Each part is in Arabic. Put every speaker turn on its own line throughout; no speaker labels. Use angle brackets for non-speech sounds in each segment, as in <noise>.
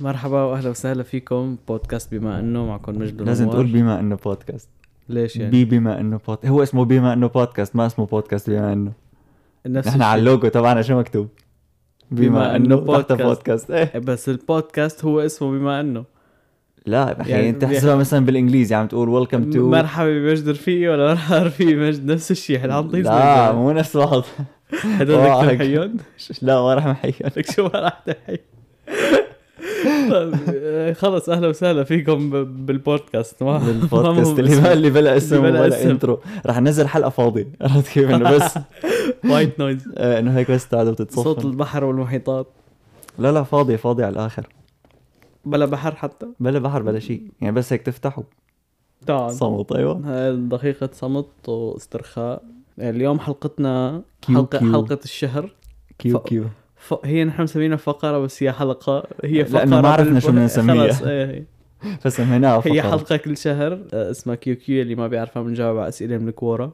مرحبا واهلا وسهلا فيكم بودكاست بما انه معكم مجد
لازم
ونوار.
تقول بما انه بودكاست
ليش يعني
بي بما انه بودكاست هو اسمه بما انه بودكاست ما اسمه بودكاست بما انه
نفس
نحن على
الشيء.
اللوجو تبعنا شو مكتوب
بما إنه
تحت
بودكاست.
بودكاست ايه
بس البودكاست هو اسمه بما انه
لا اخي
يعني
يعني انت تحسبها مثلا بالانجليزي عم تقول ويلكم تو
مرحبا بمجد رفيقي ولا مرحبا رفيقي مجد نفس الشيء احنا عم نطيز
لا مو نفس بعض
هذول
واحد.
لك حيون
<laughs> لا ما راح محيون
لك شو <laughs> ما راح تحكي طيب آه، خلص اهلا وسهلا فيكم ب- بالبودكاست ما ما
بالبودكاست
مهم
اللي ما اللي بلا اسم
اللي بلا
ولا
اسم.
انترو رح ننزل حلقه فاضيه <laughs> عرفت كيف انه
<laughs>
بس
وايت نويز
آه، انه هيك بس تقعدوا
صوت
بتتصفن
البحر والمحيطات
لا لا فاضيه فاضيه على الاخر
بلا بحر حتى
بلا بحر بلا شيء يعني بس هيك تفتحوا
تعال
صمت ايوه
هاي دقيقة صمت واسترخاء يعني اليوم حلقتنا
كيو
حلقة
كيو.
حلقة الشهر
كيو
ف-
كيو
ف... هي نحن مسمينها فقرة بس هي حلقة هي فقرة
لأنه ما عرفنا شو بدنا
بالب-
نسميها.
خلص إيه هي.
فسميناها
هي
فقرة.
حلقة كل شهر آه، اسمها كيو كيو اللي ما بيعرفها بنجاوب على أسئلة من الكورة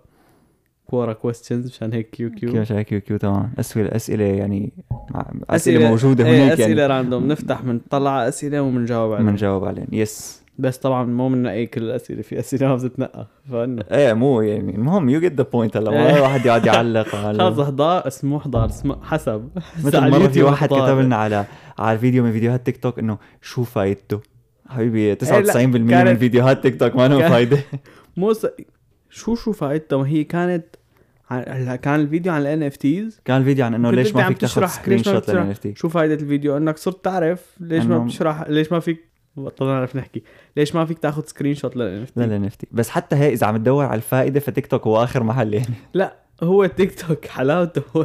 كورة كويستشنز مشان هيك كيو
كيو
كيو
شاي كيو كيو تمام اسئله اسئله يعني مع- اسئله,
أسئلة-
موجوده
إيه،
هناك
أسئلة
يعني
راندوم نفتح بنطلع على أسئلة وبنجاوب عليها
بنجاوب عليهم يس
بس طبعا مو بننقي كل الأسئلة في أسئلة ما بتتنقى فإنه
ايه مو يعني المهم يو جيت ذا بوينت هلا
إيه.
ما الواحد
<laughs>
يقعد يعلق
خلص
على
هدار اسمه هدار اسمه حسب
مثل مره في واحد كتب لنا على على فيديو من فيديوهات تيك توك انه شو فايدته حبيبي 99% من
إيه، كانت-
فيديوهات تيك توك ما لهم
كان- <laughs>
فايده
مو س... شو شو فائدته ما هي كانت عن... هلا كان الفيديو عن الان اف تيز
كان الفيديو عن انه ليش ما فيك تاخذ سكرين شوت للان اف تي
شو فائده الفيديو انك صرت تعرف ليش ما
إنه-
بتشرح ليش ما فيك بطلنا نعرف نحكي ليش ما فيك تاخذ سكرين شوت للان اف تي
للان اف تي بس حتى هي اذا عم تدور على الفائده فتيك توك هو اخر محل يعني <laughs>
لا هو تيك توك <laughs> حلاوته هو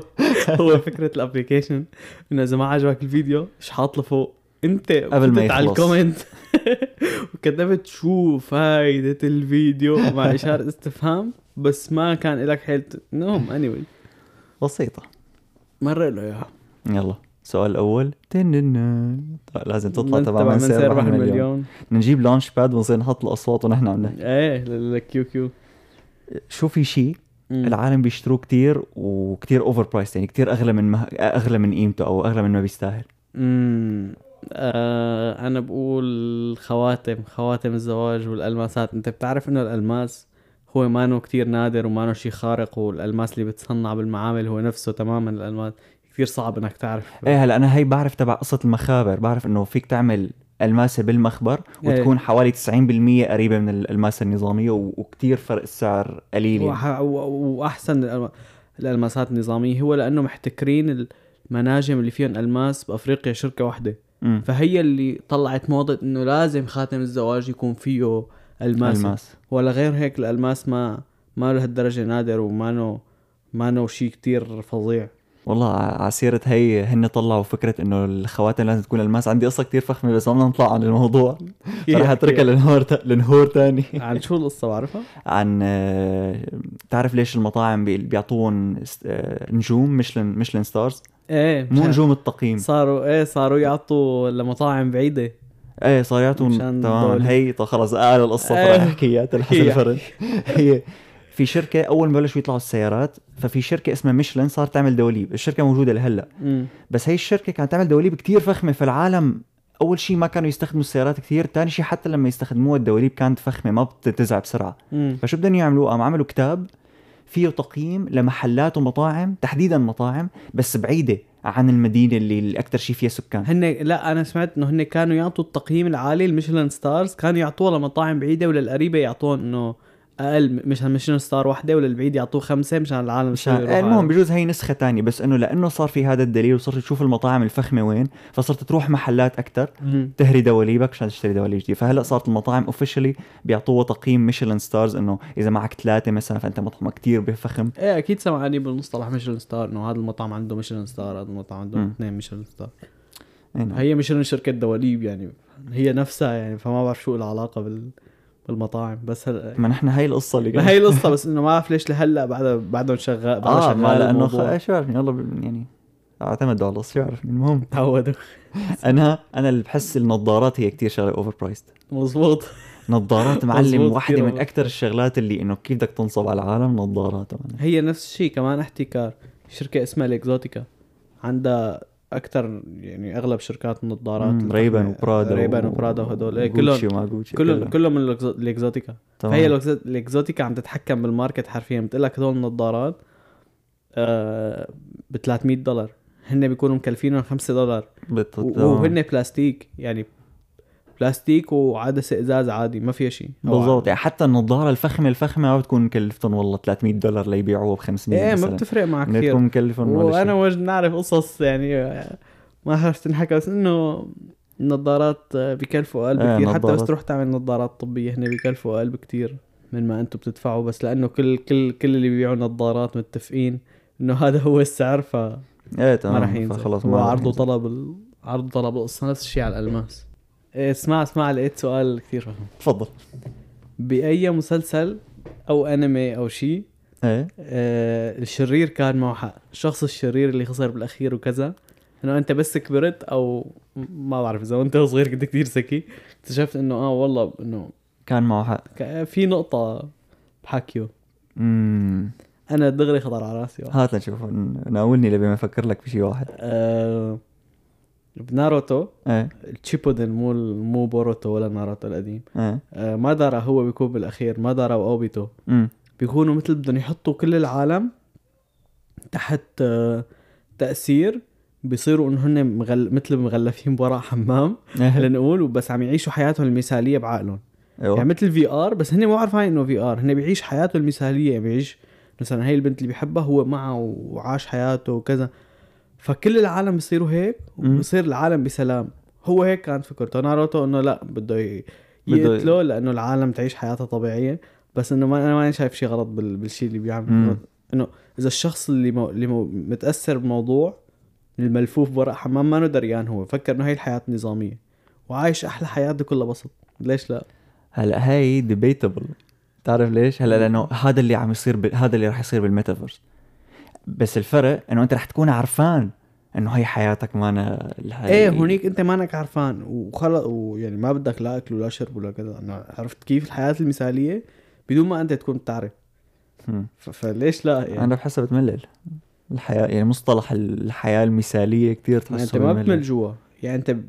هو فكره الابلكيشن انه اذا ما عجبك الفيديو مش حاط له فوق انت
قبل ما
فتت على
يخلص.
الكومنت <laughs> وكتبت شو فائده الفيديو مع اشاره استفهام بس ما كان لك حيل نوم اني anyway.
بسيطه
مرة له اياها
يلا السؤال الاول تننن. طيب، لازم تطلع
من-
تبع من سيربح
سيربح
المليون
المليون
نجيب لانش باد ونصير نحط الاصوات ونحن عم نحكي
ايه للكيو كيو
شو في شيء العالم بيشتروه كتير وكتير اوفر برايس يعني كتير اغلى من مه... اغلى من قيمته او اغلى من ما بيستاهل
امم آه انا بقول خواتم خواتم الزواج والالماسات انت بتعرف انه الالماس هو مانو كتير نادر ومانو شي خارق والالماس اللي بتصنع بالمعامل هو نفسه تماما الالماس كتير صعب انك تعرف
ايه هلا انا هي بعرف تبع قصه المخابر بعرف انه فيك تعمل الماسه بالمخبر
إيه.
وتكون حوالي 90% قريبه من الماسه النظاميه و... وكتير فرق السعر قليل يعني.
وح- و- واحسن الألم- الالماسات النظاميه هو لانه محتكرين المناجم اللي فيهم الماس بافريقيا شركه واحده
أمم.
فهي اللي طلعت موضة انه لازم خاتم الزواج يكون فيه الماس, الماس.
الماس
ولا غير هيك الالماس ما ما لهالدرجة نادر ومانو مانو شيء كتير فظيع
والله ع- عسيرة هي هن طلعوا فكرة انه الخواتم لازم تكون الماس عندي قصة كتير فخمة بس ما بدنا نطلع عن الموضوع رح اتركها لنهار تا- لنهور تاني <laughs>
عن شو القصة بعرفها؟
عن آه، بتعرف ليش المطاعم بي- بيعطون س- آه، نجوم مشلن مشلن ستارز
ايه
إيه، مو
مشان-
نجوم التقييم
صاروا ايه صاروا يعطوا لمطاعم بعيدة
ايه صار يعطون
مشان دول.
تماما هي طب خلص اعلى القصة
إيه.
فرح احكيها تلحس
إيه.
الفرد هي في شركة أول ما بلشوا يطلعوا السيارات ففي شركة اسمها ميشلان صارت تعمل دواليب، الشركة موجودة لهلا،
امم
بس هي الشركه كانت تعمل دواليب كتير فخمه فالعالم اول شيء ما كانوا يستخدموا السيارات كتير تاني شيء حتى لما يستخدموها الدواليب كانت فخمه ما بتتزع بسرعه
امم
فشو بدهم يعملوا قام عملوا كتاب فيه تقييم لمحلات ومطاعم تحديدا مطاعم بس بعيده عن المدينه اللي الاكثر شيء فيها سكان
هن لا انا سمعت انه هن كانوا يعطوا التقييم العالي الميشلان ستارز كانوا يعطوه لمطاعم بعيدة وللقريبة يعطوهم انه اقل مشان ميشلان ستار واحدة وللبعيد يعطوه خمسة مشان العالم
مشان
يروحوا
إيه، المهم
على-
بجوز هي نسخه تانية بس انه لانه صار في هذا الدليل وصرت تشوف المطاعم الفخمه وين فصرت تروح محلات اكثر
مم.
تهري دواليبك عشان تشتري دواليب جديد فهلا صارت المطاعم اوفيشلي بيعطوها تقييم ميشلان ستارز انه اذا معك ثلاثه مثلا فانت مطعمك كتير بفخم
ايه اكيد سمعاني بالمصطلح ميشلان ستار انه هذا المطعم عنده ميشلان ستار هذا المطعم عنده
مم.
اثنين ميشلان ستار
يعني
هي ميشلان شركه دواليب يعني هي نفسها يعني فما بعرف شو العلاقه بال بالمطاعم بس هلا
ما نحن هاي القصه اللي
ما هي القصه بس انه ما بعرف ليش لهلا بعدها بعدهم شغال بعدها
اه
شغال
ما لانه
آه، الموضوع.
خ... شو عارفني والله ب- يعني اعتمدوا على القصه شو عارفني المهم
تعودوا
انا انا اللي بحس النظارات هي كتير شغله اوفر برايسد
مزبوط <laughs>
نظارات معلم
مظبوط،
واحده
كتير
من
over
اكثر الشغلات اللي انه كيف بدك تنصب على العالم نظارات معلم.
هي نفس الشيء كمان احتكار شركه اسمها الاكزوتيكا عندها اكثر يعني اغلب شركات النظارات
مم، ريبان
الفخمة-
وبرادا
ريبان
و-
وبرادا وهدول إيه،
وغوتشي
كلهم
وما غوتشي
كلهم كلهم من الإكزو- الاكزوتيكا
تمام.
فهي الإكزو- الاكزوتيكا عم تتحكم بالماركت حرفيا بتقول لك هدول النظارات آه ب 300 دولار هن بيكونوا مكلفينهم 5 دولار
بت-
و-
تمام.
وهن بلاستيك يعني بلاستيك وعدسه ازاز عادي ما فيها شيء أو
بالضبط يعني حتى النظاره الفخمه الفخمه ما بتكون مكلفتهم والله 300 دولار ليبيعوها ب 500
ايه ما
مثلاً.
بتفرق معك
إنها
كثير
تكون مكلفهم ولا
وانا
شيء
وجد نعرف قصص يعني آه، ما عرفت تنحكى بس انه النظارات آه، بكلفوا قلب
إيه،
كثير حتى بس
نظارات.
تروح تعمل نظارات طبيه هنا بكلفوا قلب كثير من ما انتم بتدفعوا بس لانه كل كل كل اللي بيبيعوا نظارات متفقين انه هذا هو السعر فما
ايه تمام
راح ينزل
فخلص
خلص
ما
هو
راح
عرض
ينزل.
وطلب ال- عرض وطلب القصه نفس الشيء على الالماس إيه، اسمع اسمع لقيت سؤال كثير فهم
تفضل
باي مسلسل او انمي او شيء
ايه
آه، الشرير كان معه حق الشخص الشرير اللي خسر بالاخير وكذا انه انت بس كبرت او ما بعرف اذا انت صغير كنت كثير ذكي اكتشفت انه اه والله انه
كان معه حق
ك- في نقطه بحكيه
امم
انا دغري خطر على راسي واحد.
هات لنشوف ن- ناولني لبي ما افكر لك بشيء واحد
آه بناروتو
ايه
تشيبودن مو مو بوروتو ولا ناروتو القديم
ايه
آه مادارا هو بيكون بالاخير مادارا واوبيتو
امم
بيكونوا مثل بدهم يحطوا كل العالم تحت آه، تأثير بيصيروا انه هن مغل... مثل مغلفين وراء حمام
ايه
لنقول وبس عم يعيشوا حياتهم المثاليه بعقلهم يعني
ايوه
مثل في ار بس هن مو عارفين انه في ار هن بيعيش حياته المثاليه بيعيش مثلا هي البنت اللي بيحبها هو معها وعاش حياته وكذا فكل العالم بيصيروا هيك
مم.
وبصير العالم بسلام هو هيك كانت فكرته ناروتو انه لا بده ي-
بده ي-
يقتله لانه العالم تعيش حياتها طبيعيه بس انه ما انا ما شايف شيء غلط بال... بالشيء اللي بيعمله
مم.
انه اذا الشخص اللي مو... اللي مو... متاثر بموضوع الملفوف وراء حمام ما دريان هو فكر انه هي الحياه النظاميه وعايش احلى حياته كلها بسط ليش لا
هلا هاي ديبيتبل تعرف ليش؟ هلا لانه هذا اللي عم يصير ب... هذا اللي رح يصير بالميتافيرس بس الفرق انه انت رح تكون عرفان انه هي حياتك ما انا
ايه هونيك انت مانك عرفان وخلص ويعني ما بدك لا اكل ولا شرب ولا كذا انا عرفت كيف الحياه المثاليه بدون ما انت تكون بتعرف ف- فليش لا يعني,
انا بحسها بتملل الحياه يعني مصطلح الحياه المثاليه كثير
يعني
تحسه
انت ما
بملل.
بتمل جوا يعني انت ب...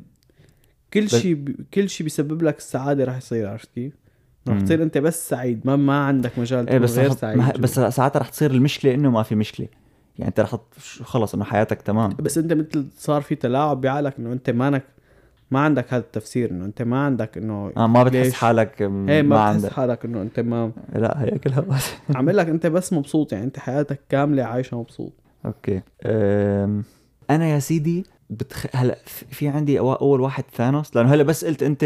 كل شيء ب... كل شيء بيسبب لك السعاده رح يصير عرفت كيف؟ رح
مم.
تصير انت بس سعيد ما ما عندك مجال
ايه
تكون
بس
غير
رح-
سعيد
ما-
جوا.
بس ساعتها رح تصير المشكله انه ما في مشكله يعني انت رح ت- خلص انه حياتك تمام
بس انت مثل صار في تلاعب بعقلك انه انت مانك ما عندك هذا التفسير انه انت ما عندك انه
آه ما بتحس
ليش؟
حالك
ايه
ما, ما
ما بتحس
عندك
حالك انه انت ما
لا هي كلها بس <laughs>
عم لك انت بس مبسوط يعني انت حياتك كامله عايشه مبسوط
اوكي أم... انا يا سيدي بتخ... هلا في في عندي أو- اول واحد ثانوس لانه هلا بس قلت انت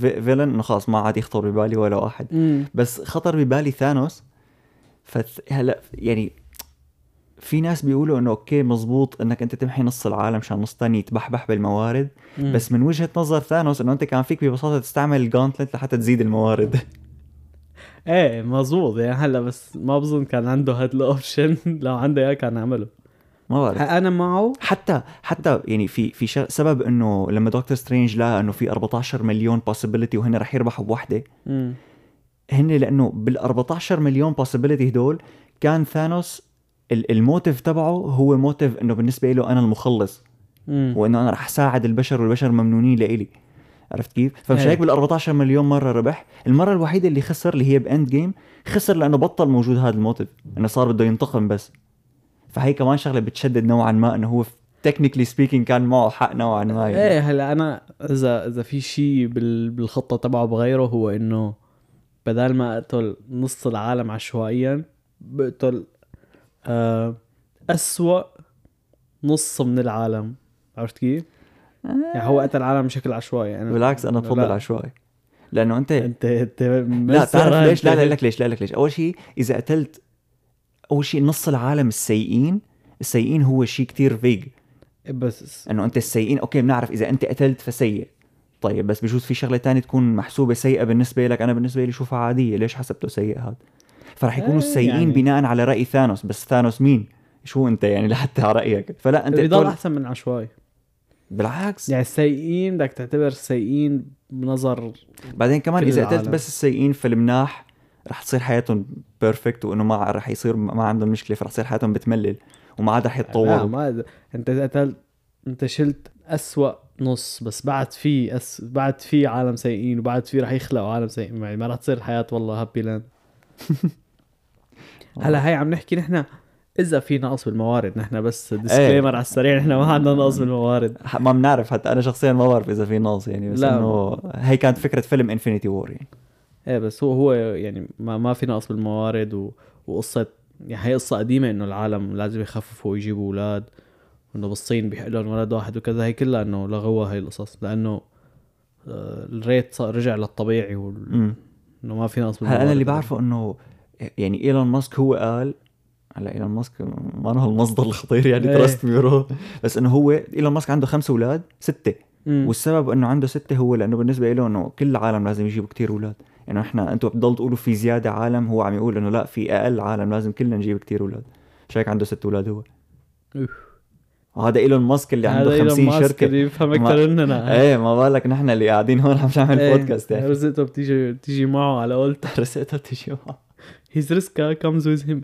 في... فيلن انه خلاص ما عاد يخطر ببالي ولا واحد
امم
بس خطر ببالي ثانوس فث... هلا يعني في ناس بيقولوا انه اوكي مزبوط انك انت تمحي نص العالم عشان نص تاني يتبحبح بالموارد بس من وجهه نظر ثانوس انه انت كان فيك ببساطه تستعمل الجانتلت لحتى تزيد الموارد <laughs>
ايه مزبوط يعني هلا بس ما بظن كان عنده هاد الاوبشن <laughs> لو عنده اياه كان عمله
ما بعرف
انا معه
حتى حتى يعني في في ش- سبب انه لما دكتور سترينج لقى انه في 14 مليون possibility وهن رح يربحوا بوحده
امم
هن لانه بال 14 مليون possibility هدول كان ثانوس ال- الموتيف تبعه هو موتيف انه بالنسبه له انا المخلص وانه انا رح ساعد البشر والبشر ممنونين لإلي عرفت كيف؟ فمش
إيه.
هيك بال 14 مليون مره ربح، المره الوحيده اللي خسر اللي هي باند جيم خسر لانه بطل موجود هذا الموتيف، انه صار بده ينتقم بس. فهي كمان شغله بتشدد نوعا ما انه هو تكنيكلي سبيكينج كان معه حق نوعا ما يعني.
ايه هلا انا اذا اذا في شيء بال... بالخطه تبعه بغيره هو انه بدل ما اقتل نص العالم عشوائيا بقتل آه أسوأ نص من العالم عرفت كيف؟ يعني هو قتل العالم بشكل عشوائي يعني
بالعكس انا
لا. يعني
بفضل عشوائي. لانه انت
انت انت ما
لا تعرف
صار
ليش؟ لا
أنت-
لا لك ليش؟ لا لك ليش؟ اول شيء اذا قتلت اول شيء نص العالم السيئين، السيئين هو شيء كتير فيج،
بس
انه انت السيئين اوكي بنعرف اذا انت قتلت فسيء طيب بس بجوز في شغله تانية تكون محسوبه سيئه بالنسبه لك انا بالنسبه لي شوفها عاديه ليش حسبته سيء هذا فرح يكونوا
إيه
السيئين
يعني.
بناء على راي ثانوس بس ثانوس مين شو انت يعني <laughs> لحتى على رايك فلا انت
بضل
بتقول
احسن من عشوائي
بالعكس
يعني السيئين بدك تعتبر السيئين بنظر
بعدين كمان
كل
اذا قتلت
العالم.
بس السيئين في المناح رح تصير حياتهم بيرفكت وانه ما رح يصير ما عندهم مشكله فرح تصير حياتهم بتملل وما عاد رح
لا
يتطوروا
ما انت قتلت انت شلت أسوأ نص بس بعد في أس... بعد في عالم سيئين وبعد في رح يخلقوا عالم سيئين يعني ما رح تصير الحياة والله هابي لاند
<laughs>
هلا هي عم نحكي نحن اذا في نقص بالموارد نحن بس
إيه.
ديسكليمر على السريع نحن ما عندنا نقص بالموارد
ما بنعرف حتى انا شخصيا ما بعرف اذا في ناقص يعني بس
لا.
انه هي كانت فكره فيلم انفينيتي وور يعني
ايه بس هو هو يعني ما, ما في نقص بالموارد و... وقصة يعني هي قصة قديمة انه العالم لازم يخففوا ويجيبوا اولاد وانه بالصين بيحقلهم ولد واحد وكذا هي كلها انه لغوها هي القصص لانه آه، الريت صار رجع للطبيعي وال...
امم
انه ما في نقص
هلا انا اللي بعرفه انه يعني ايلون ماسك هو قال هلا ايلون ماسك ما هو المصدر الخطير يعني
إيه.
تراست ميورو بس انه هو ايلون ماسك عنده خمس اولاد سته
مم.
والسبب انه عنده سته هو لانه بالنسبه له انه كل العالم لازم يجيبوا كتير اولاد انه احنا انتم بتضل تقولوا في زياده عالم هو عم يقول انه لا في اقل عالم لازم كلنا نجيب كتير اولاد مش هيك عنده ست اولاد هو
أوف.
وهذا ايلون ماسك اللي
هذا
عنده
إيلون
50
ماسك
شركه
اللي يفهم
ما-
اكثر
<laughs>
مننا
ايه ما بالك نحن اللي قاعدين هون عم نعمل
إيه. <laughs>
بودكاست يعني
رزقته بتيجي بتيجي معه على <laughs> قولته
رسيتها بتجي معه.
هيز ريسكا كمز ويز هيم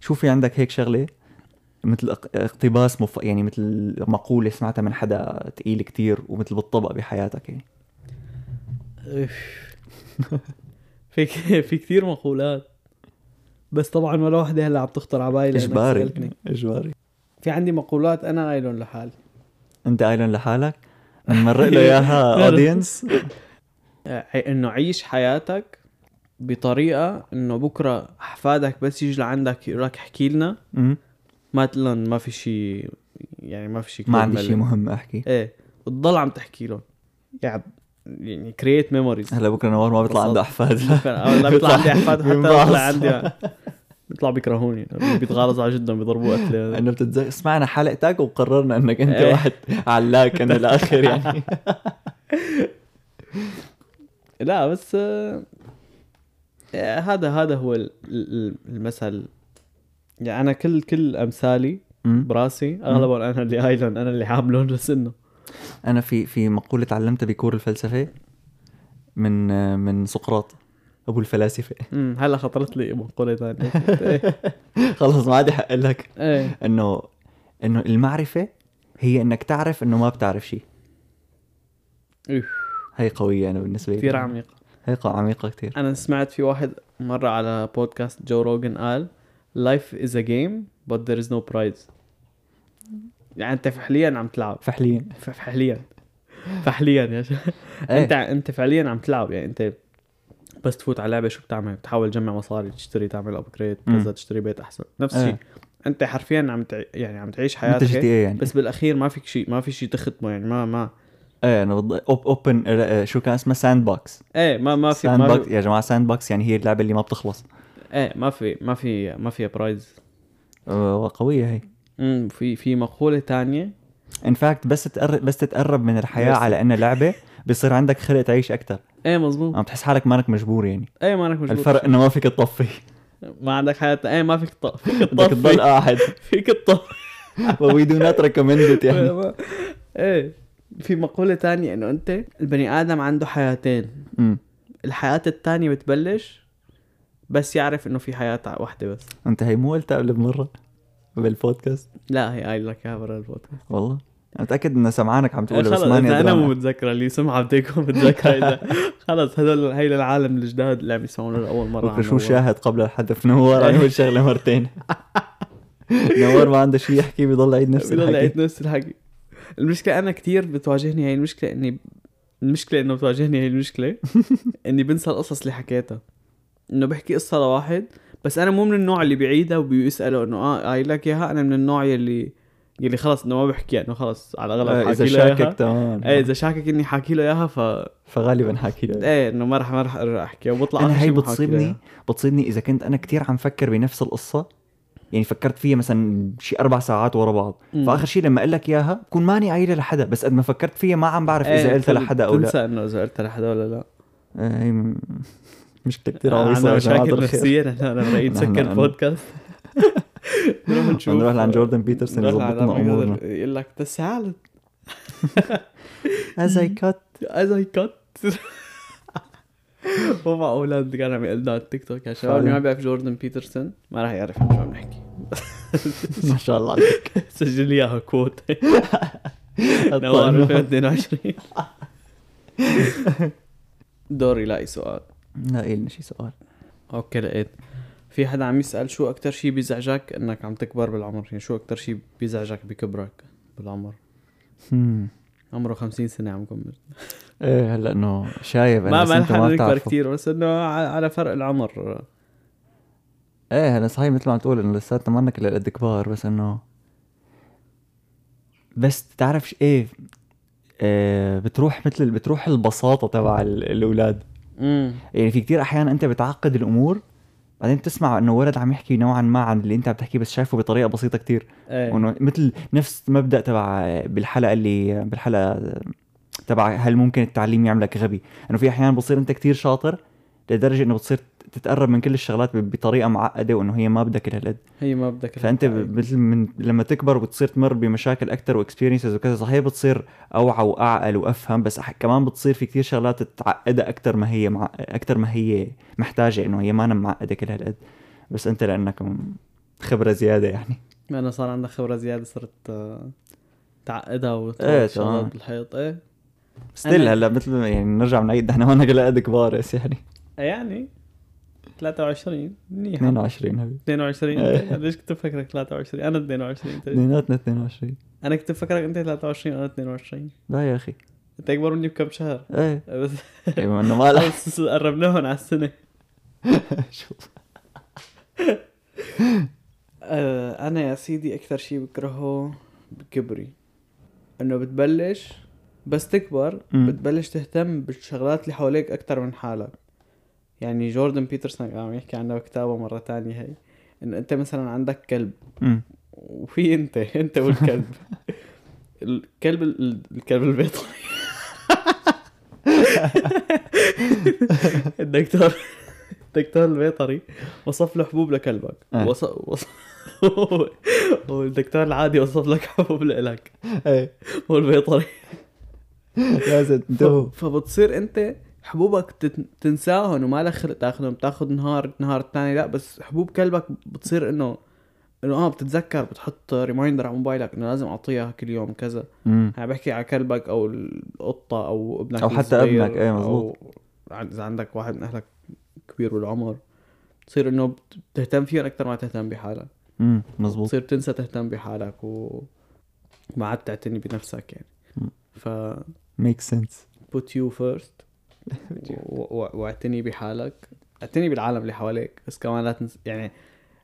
شو في عندك هيك شغله مثل اق- اقتباس مف... يعني مثل مقوله سمعتها من حدا تقيل كتير ومثل بتطبق بحياتك يعني
إف. <laughs> في ك- في كثير مقولات بس طبعا ولا وحده هلا عم تخطر على بالي لأنك
اجباري
سألتني.
اجباري
في عندي مقولات انا قايلهم لحالي
انت قايلن لحالك نمرق له اياها اودينس
آه، انه عيش حياتك بطريقه انه بكره احفادك بس يجي لعندك يقول لك احكي لنا ما تقول لهم ما في شيء يعني ما في شيء
ما
كتير
عندي
ملل.
شيء مهم احكي
ايه بتضل عم تحكي لهم يعني يعني كرييت ميموريز
هلا بكره نوار ما بيطلع
بالضبط. آه،
عنده احفاد
لا بيطلع عندي احفاد حتى
بينبعص.
بيطلع عندي بيطلع بيكرهوني بيتغاظوا على جدا بيضربوا قتله
انه بتتذكر سمعنا حلقتك وقررنا انك انت
إيه.
واحد علاك انه الاخر يعني
<laughs> لا بس آه، آه، هذا هذا هو ال- ال- المثل يعني انا كل كل امثالي
مم.
براسي اغلبهم انا اللي قايلهم انا اللي عاملهم بس انه
انا في في مقوله تعلمتها بكور الفلسفه من من سقراط ابو الفلاسفه
أمم، هلا خطرت لي مقوله ثانيه إيه،
<laughs> خلص ما عاد يحق لك
ايه
انه انه المعرفه هي انك تعرف انه ما بتعرف شيء
أوف،
هي قويه انا بالنسبه لي
كثير عميقه
هي قو- عميقه كثير
انا سمعت في واحد مره على بودكاست جو روجن قال life is a game but there is no prize يعني انت فعليا عم تلعب
فحليا
ف- فعليا فعليا يا
<laughs>
شيخ
إيه.
انت انت فعليا عم تلعب يعني انت بس تفوت على لعبه شو بتعمل؟ بتحاول تجمع مصاري تشتري تعمل ابجريد
مم.
كذا تشتري بيت احسن نفس
إيه.
الشيء انت حرفيا عم تع... يعني عم تعيش
انت جي تي
حياتك
اي يعني
بس بالاخير ما فيك شيء ما في شيء تختمه يعني ما ما
ايه انا بض... أوب... اوبن آه، شو كان اسمها ساند بوكس
ايه ما ما في
ساند
ما
بوكس
في
يا جماعه ساند بوكس يعني هي اللعبه اللي ما بتخلص
ايه ما في ما في ما فيها برايز
آه، قويه هي
امم في في مقوله تانية
ان فاكت بس تقرب بس تتقرب من الحياه
بس.
على انها لعبه بيصير عندك خلق تعيش اكثر
ايه مزبوط
عم تحس حالك مانك مجبور يعني
ايه ما انك مجبور
آه. الفرق انه ما فيك تطفي
ما عندك حياه ايه ما فيك تط- فيك
بدك تضل
تطفي
قاعد
فيك تطفي
وي دو نوت ريكومند
<laughs>
يعني
ما- ايه في مقولة تانية انه انت البني ادم عنده حياتين
أمم.
الحياة التانية بتبلش بس يعرف انه في حياة واحدة بس
انت هي مو قلتها قبل بمره بالبودكاست
لا هي قايل لك اياها برا البودكاست
والله انا متاكد انه سمعانك عم تقولها
خلص
بس ماني
انا
قادر
مو
أعمل.
متذكرة اللي سمعة بديكم متذكرة إذا- خلص هدول هي للعالم الجداد اللي عم يسمعونه لأول مرة
بكره
عن
شو
أول.
شاهد قبل الحذف نوار عم يقول شغله
<laughs>
مرتين نوار ما عنده شيء يحكي بيضل يعيد نفس
بضل لقيت
الحكي
نفس الحكي المشكلة أنا كتير بتواجهني هي المشكلة إني المشكلة إنه بتواجهني هي
<laughs>
المشكلة إني بنسى القصص اللي حكيتها إنه بحكي قصة لواحد بس أنا مو من النوع اللي بعيدها وبيسأله إنه آه قايل لك إياها أنا من النوع يلي يلي خلص إنه ما بحكي إنه خلص على الأغلب
آه،
حاكي
اذا
له إياها
شاكك تمام
إيه إذا شاكك إني حاكي له إياها ف
فغالبا حاكي له
إيه إنه ما رح ما رح أقدر أحكي وبطلع آخر
انا هي
شي ما حاكي له
بتصيبني
إياها.
بتصيبني اذا كنت انا كتير عم فكر بنفس القصه يعني فكرت فيها مثلا شي اربع ساعات ورا بعض
مم.
فاخر شيء لما اقول لك اياها بكون ماني قايله لحدا بس قد ما فكرت فيها ما عم بعرف اذا
إيه،
قلتها لحدا او لا
تنسى إنه إذا قلتها لحدا ولا لا
آه، هي م- مشكله كثير عويصه
عنا
يا جماعة
مشاكل
الخير. <laughs>
نفسية نحن أنا مرأيين
نحن-
نسكر
نحن- <laughs>
البودكاست نروح نشوف
نعم. نروح لعند جوردن بيترسون
نروح
يظبط
لعند
لنا
عم
امورنا
يقدر يقول لك تسال
از اي
<laughs>
كات
از اي كات <laughs> هو مع اولاد كان عم يقول لنا على التيك توك يا شباب
فعلاً. <laughs>
اللي ما بيعرف جوردن بيترسون ما راح يعرف عن شو عم نحكي
<laughs> ما
<laughs>
شاء الله عليك
سجل لي اياها كوت
<laughs>
<laughs> نوار
لا
2022 <laughs> دوري لاقي سؤال
إلنا شي سؤال
اوكي لقيت في حدا عم يسأل شو أكتر شي بيزعجك إنك عم تكبر بالعمر يعني شو أكتر شي بيزعجك بكبرك بالعمر
هم.
عمره 50 سنة عم كمل
ايه هلا انه شايب
ما
أنا طيب، بس
ما
أنت
نحن نكبر
بتعرفه.
كتير بس إنه ع- على فرق العمر
ايه هلا صحيح مثل ما عم تقول انه لساتنا مانك الا قد كبار بس انه بس تعرف ش- ايه آه بتروح مثل بتروح البساطه تبع ال- الاولاد
امم
يعني في كتير احيانا انت بتعقد الامور بعدين بتسمع انه ولد عم يحكي نوعا ما عن اللي انت عم تحكيه بس شايفه بطريقه بسيطه كتير
ايه
وانه مثل نفس مبدا تبع بالحلقه اللي بالحلقه تبع هل ممكن التعليم يعملك غبي انه في احيانا بصير انت كتير شاطر لدرجه انه بتصير تتقرب من كل الشغلات ب- بطريقه معقده وانه هي ما بدك لهالقد
هي ما بدك
فانت ب- مثل من لما تكبر وبتصير تمر بمشاكل اكثر واكسبيرينسز وكذا صحيح بتصير اوعى واعقل وافهم بس أح- كمان بتصير في كتير شغلات تعقدها اكثر ما هي مع... اكثر ما هي محتاجه انه هي ما أنا معقده كل هالقد بس انت لانك م- خبره زياده يعني
أنا صار عندك خبرة زيادة صرت آه، تعقدها
إيه،
وتحط
تمام.
شغلات بالحيط ايه
ستيل
أنا-
هلا مثل ما- يعني نرجع بنعيد نحن هون كلها قد كبار بس يعني
يعني 23 منيحة
22 حبيبي
22
إيه.
ليش كنت فكرك 23 انا 22 انت-
اثنيناتنا 22
انا كنت فكرك انت 23 انا 22
لا يا اخي
انت اكبر مني بكم شهر
ايه
بس
إيه، ما انه ما لح
<laughs> بس قربناهم على السنه
شوف
آه، انا يا سيدي اكثر شيء بكرهه بكبري انه بتبلش بس تكبر
مم.
بتبلش تهتم بالشغلات اللي حواليك اكثر من حالك يعني جوردن بيترسون كان عم يحكي عنها بكتابه مره تانية هي انه انت مثلا عندك كلب
أمم.
وفي انت انت والكلب الكلب ال- الكلب البيضاوي الدكتور الدكتور البيطري وصف له حبوب لكلبك
آه.
وصف <laughs> والدكتور العادي وصف لك حبوب لك
ايه
والبيطري
لازم
ف-
تنتبهوا
فبتصير انت حبوبك تت- تنساهم وما لك خلق تاخذهم بتاخذ نهار نهار تاني لا بس حبوب كلبك بتصير انه انه اه بتتذكر بتحط ريمايندر على موبايلك انه لازم اعطيها كل يوم كذا
أمم.
انا بحكي على كلبك او القطه او ابنك
أو حتى
الصغير
ابنك، إيه،
أو
مزبوط.
عن- اذا عندك واحد من اهلك كبير بالعمر بتصير انه بت- بتهتم فيهم اكثر ما تهتم بحالك
أمم. مزبوط
بتصير تنسى تهتم بحالك و ما عاد تعتني بنفسك يعني
مم.
ف
ميك سنس
put you first و- و- واعتني بحالك اعتني بالعالم اللي حواليك بس كمان لا تنس يعني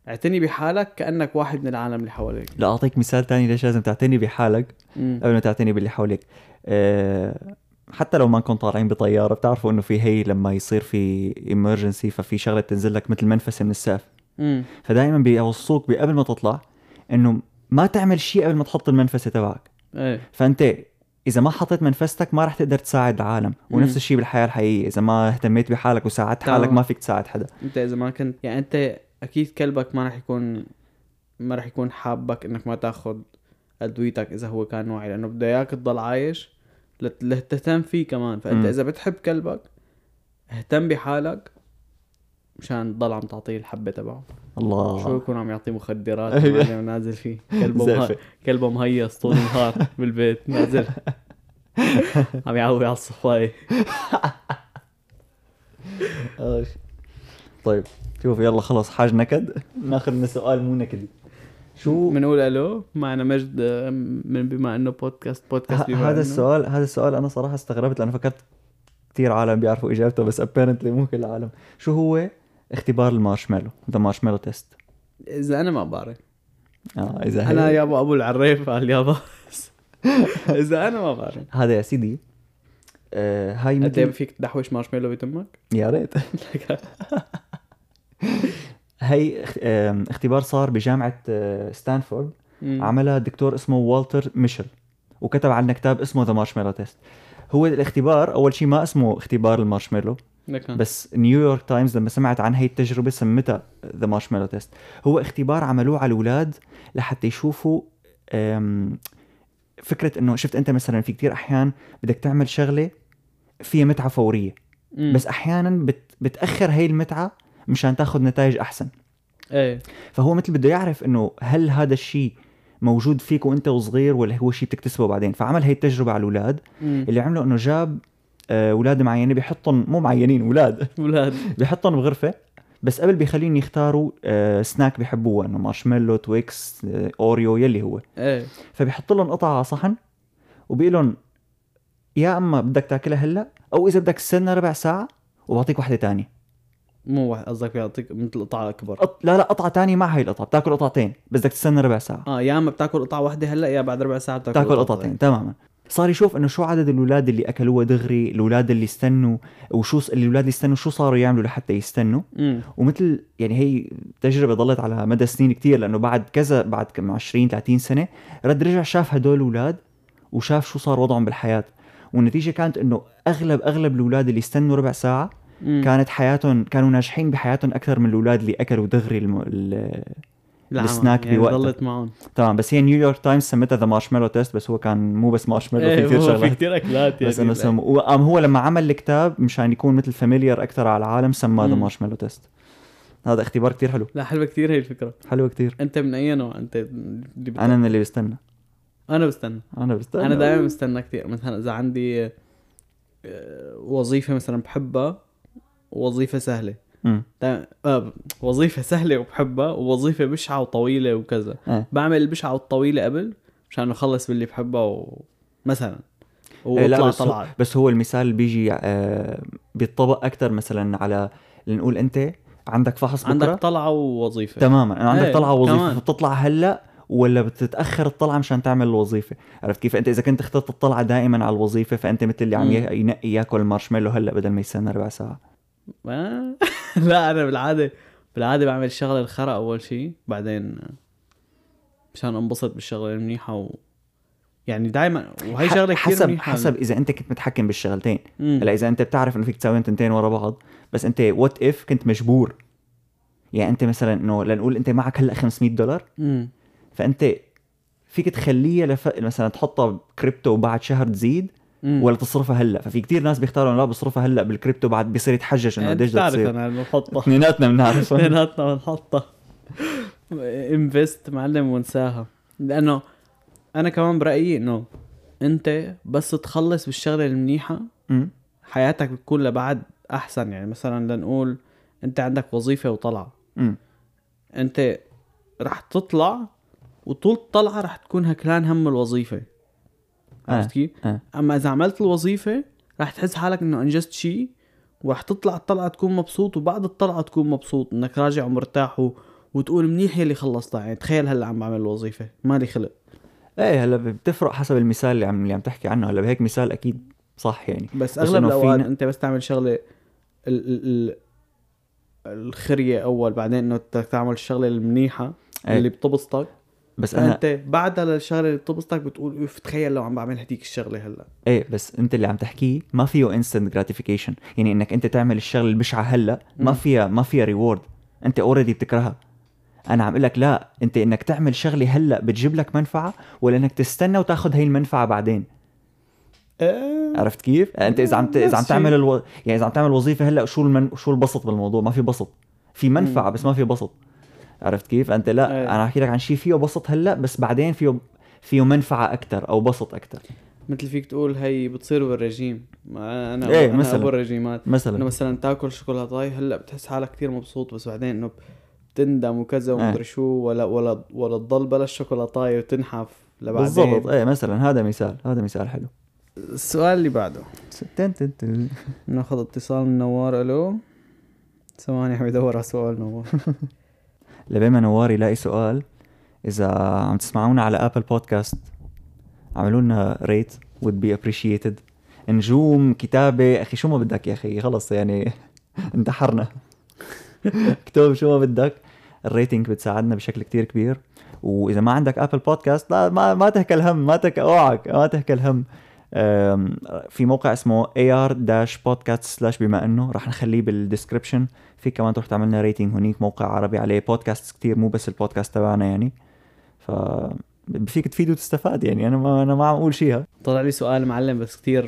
اعتني بحالك كانك واحد من العالم اللي حواليك
لا اعطيك مثال تاني ليش لازم تعتني بحالك
مم.
قبل ما تعتني باللي حواليك أه حتى لو ما نكون طالعين بطياره بتعرفوا انه في هي لما يصير في ايمرجنسي ففي شغله بتنزل لك مثل منفسه من السقف
مم.
فدائما بيوصوك قبل ما تطلع انه ما تعمل شيء قبل ما تحط المنفسه تبعك
ايه
فانت اذا ما حطيت منفستك ما رح تقدر تساعد العالم ونفس
مم.
الشيء بالحياه الحقيقيه اذا ما اهتميت بحالك وساعدت
تمام.
حالك ما فيك تساعد حدا
انت اذا ما كنت يعني انت اكيد كلبك ما راح يكون ما راح يكون حابك انك ما تاخذ ادويتك اذا هو كان واعي لانه بده اياك تضل عايش لت- لتهتم فيه كمان فانت
مم.
اذا بتحب كلبك اهتم بحالك مشان تضل عم تعطيه الحبه تبعه شو
الله
يكون عم يعطيه مخدرات
أيوة.
وبعدين نازل فيه
<laughs>
كلبه مه...
زقفة.
كلبه مهيص طول
<laughs>
النهار بالبيت نازل عم يعوي على الصفاية
آخ. طيب شوف يلا خلص حاج نكد ناخذ لنا سؤال مو نكدي شو
بنقول الو معنا مجد آه، من بما انه بودكاست بودكاست
ه-
بما
هذا
إنه.
السؤال هذا السؤال انا صراحه استغربت لانه فكرت كثير عالم بيعرفوا اجابته بس ابيرنتلي مو كل العالم شو هو اختبار المارشميلو ذا مارشميلو تيست
اذا انا ما بعرف
اه اذا هي-
انا يابا ابو العريف قال يابا
<laughs>
بس. اذا انا ما بعرف
هذا يا سيدي آه هاي
قد إيه
مثل
فيك تدحوش مارشميلو بتمك؟ <laughs>
يا ريت هي اخت- آم، اختبار صار بجامعه آه، ستانفورد
مم.
عملها دكتور اسمه والتر ميشل وكتب عنه كتاب اسمه ذا مارشميلو تيست هو الاختبار اول شيء ما اسمه اختبار المارشميلو
لك.
بس نيويورك تايمز لما سمعت عن هي التجربه سمتها ذا مارشميلو تيست هو اختبار عملوه على الاولاد لحتى يشوفوا أم، فكره انه شفت انت مثلا في كتير احيان بدك تعمل شغله فيها متعه فوريه
مم.
بس احيانا بت بتاخر هي المتعه مشان تاخذ نتائج احسن
ايه
فهو مثل بده يعرف انه هل هذا الشيء موجود فيك وانت وصغير ولا هو شيء بتكتسبه بعدين فعمل هي التجربه على الاولاد
مم.
اللي عمله انه جاب آه، اولاد معينين بيحطهم مو معينين <laughs> اولاد
اولاد
بيحطهم بغرفه بس قبل بيخليهم يختاروا آه، سناك بيحبوها انه مارشميلو تويكس آه، اوريو يلي هو
ايه
فبيحط لهم قطعه على صحن وبيقول لهم يا اما بدك تاكلها هلا او اذا بدك تستنى ربع ساعه وبعطيك واحده تانية
مو واحد قصدك بيعطيك مثل قطعه اكبر
قط... لا لا قطعه تانية مع هي القطعه بتاكل قطعتين بس بدك تستنى ربع ساعه
اه يا اما بتاكل قطعه واحده هلا يا بعد ربع ساعه بتاكل
تاكل قطعتين تماما صار يشوف انه شو عدد الاولاد اللي اكلوها دغري الاولاد اللي استنوا وشو س- الاولاد اللي استنوا شو صاروا يعملوا لحتى يستنوا
امم
ومثل يعني هي تجربه ضلت على مدى سنين كتير لانه بعد كذا بعد كم 20 30 سنه رد رجع شاف هدول الاولاد وشاف شو صار وضعهم بالحياه والنتيجه كانت انه اغلب اغلب الاولاد اللي استنوا ربع ساعه كانت حياتهم كانوا ناجحين بحياتهم اكثر من الاولاد اللي اكلوا دغري الم... ال... السناك
يعني
بوقتها.
ضلت معهم
تمام بس هي نيويورك تايمز سمتها ذا مارشميلو تيست بس هو كان مو بس مارشميلو في
ايه
كثير
هو في
شغلات
كثير اكلات يعني
بس انه سم... وقام هو لما عمل الكتاب مشان يكون مثل فاميليار اكثر على العالم سماه ذا
مم.
مارشميلو تيست هذا اختبار كتير حلو
لا حلوه كثير هي الفكره
حلو كتير
انت من اي نوع انت اللي بت...
انا من اللي بستنى
انا بستنى
انا بستنى
انا دائما بستنى كثير مثلا اذا عندي آه، وظيفه مثلا بحبها وظيفه سهله
مم.
دايماً- آه، وظيفه سهله وبحبها ووظيفه بشعه وطويله وكذا
إيه.
بعمل البشعه والطويله قبل مشان اخلص باللي بحبها و... مثلا
إيه، لا،
واطلع
بس هو-
طلعت
بس هو المثال اللي بيجي آه بيتطبق اكثر مثلا على لنقول انت عندك فحص بكره
عندك طلعه ووظيفه
تماما انا عندك
إيه،
طلعه وظيفه
كمان.
بتطلع هلا ولا بتتاخر الطلعه مشان تعمل الوظيفه عرفت كيف انت اذا كنت اخترت الطلعه دائما على الوظيفه فانت مثل اللي عم
مم.
ي- ينقي ياكل مارشميلو هلا بدل ما يستنى ربع ساعه
ما- <laughs> لا انا بالعاده بالعاده بعمل الشغله الخرا اول شيء بعدين مشان انبسط بالشغله المنيحه و... يعني دائما وهي
ح-
شغله كثير
حسب
منيحه
حسب اذا انت كنت متحكم بالشغلتين
مم.
هلا اذا انت بتعرف انه فيك تساوي تنتين ورا بعض بس انت وات اف كنت مجبور يعني انت مثلا انه لنقول انت معك هلا 500 دولار
مم.
فانت فيك تخليها لف... مثلا تحطها كريبتو وبعد شهر تزيد
مم.
ولا تصرفها هلا ففي كتير ناس بيختاروا إنه لا بصرفها هلا بالكريبتو بعد بيصير يتحجج انه
يعني
قديش بدها
بتعرف إيه.
تصير
انا بنحطها
<laughs>
<laughs>
اثنيناتنا بنعرف
بيناتنا بنحطها انفست معلم وانساها لانه انا كمان برايي انه انت بس تخلص بالشغله المنيحه
أمم،
حياتك بتكون لبعد احسن يعني مثلا لنقول انت عندك وظيفه وطلعه
أمم،
انت رح تطلع وطول الطلعه رح تكون هكلان هم الوظيفه
آه،
عرفت كيف؟
آه.
اما اذا عملت الوظيفه رح تحس حالك انه انجزت شيء ورح تطلع الطلعه تكون مبسوط وبعد الطلعه تكون مبسوط انك راجع ومرتاح و... وتقول منيح يلي خلصتها يعني تخيل هلا عم بعمل الوظيفه مالي خلق
ايه هلا بتفرق حسب المثال اللي عم اللي عم تحكي عنه هلا بهيك مثال اكيد صح يعني
بس
بس
اغلب
إنه في
الاوقات
ن-
انت بس تعمل شغله ال... ال... ال... الخريه اول بعدين انه بدك تعمل الشغله المنيحه
إيه.
اللي بتبسطك
بس انا
فانت بعدها للشغله اللي بتبسطك بتقول اوف تخيل لو عم بعمل هديك الشغله هلا
ايه بس انت اللي عم تحكيه ما فيه انستنت جراتيفيكيشن يعني انك انت تعمل الشغله البشعه هلا ما
مم.
فيها ما فيها ريورد انت اوريدي بتكرهها انا عم اقول لك لا انت انك تعمل شغله هلا بتجيب لك منفعه ولا انك تستنى وتاخذ هي المنفعه بعدين إيه. عرفت كيف؟ انت اذا عم ت... اذا عم
نفس الشيء.
تعمل الو... يعني اذا عم تعمل وظيفه هلا شو المن... شو البسط بالموضوع؟ ما في بسط في منفعه بس ما في بسط عرفت كيف؟ انت لا
أي.
انا احكي لك عن شيء فيه بسط هلا بس بعدين فيه فيه منفعه اكثر او بسط اكثر
مثل فيك تقول هي بتصير بالرجيم ما انا
إيه،
انا
مثلاً.
ابو الرجيمات انه
مثلا
مثلا تاكل شوكولاتاي هلا بتحس حالك كثير مبسوط بس بعدين انه بتندم وكذا
إيه.
ومدري شو ولا ولا ولا تضل بلا الشوكولاتاي وتنحف لبعدين
بالضبط ايه مثلا هذا مثال هذا مثال حلو
السؤال اللي بعده
تن تن تن.
ناخذ اتصال من نوار الو ثواني عم يدور على سؤال نوار <laughs>
لبين ما نوار يلاقي سؤال اذا عم تسمعونا على ابل بودكاست اعملوا لنا ريت would be appreciated نجوم كتابه اخي شو ما بدك يا اخي خلص يعني <laughs> انتحرنا <laughs> اكتب شو ما بدك الريتنج بتساعدنا بشكل كتير كبير واذا ما عندك ابل بودكاست لا ما ما تهكل هم ما تهكل اوعك ما تهكل هم أم، في موقع اسمه ar-podcast بما انه رح نخليه بالدسكربشن في كمان تروح تعمل لنا ريتنج هنيك موقع عربي عليه بودكاست كتير مو بس البودكاست تبعنا يعني ف فيك تفيد وتستفاد يعني انا ما انا ما عم اقول شيء ها.
طلع لي سؤال معلم بس كثير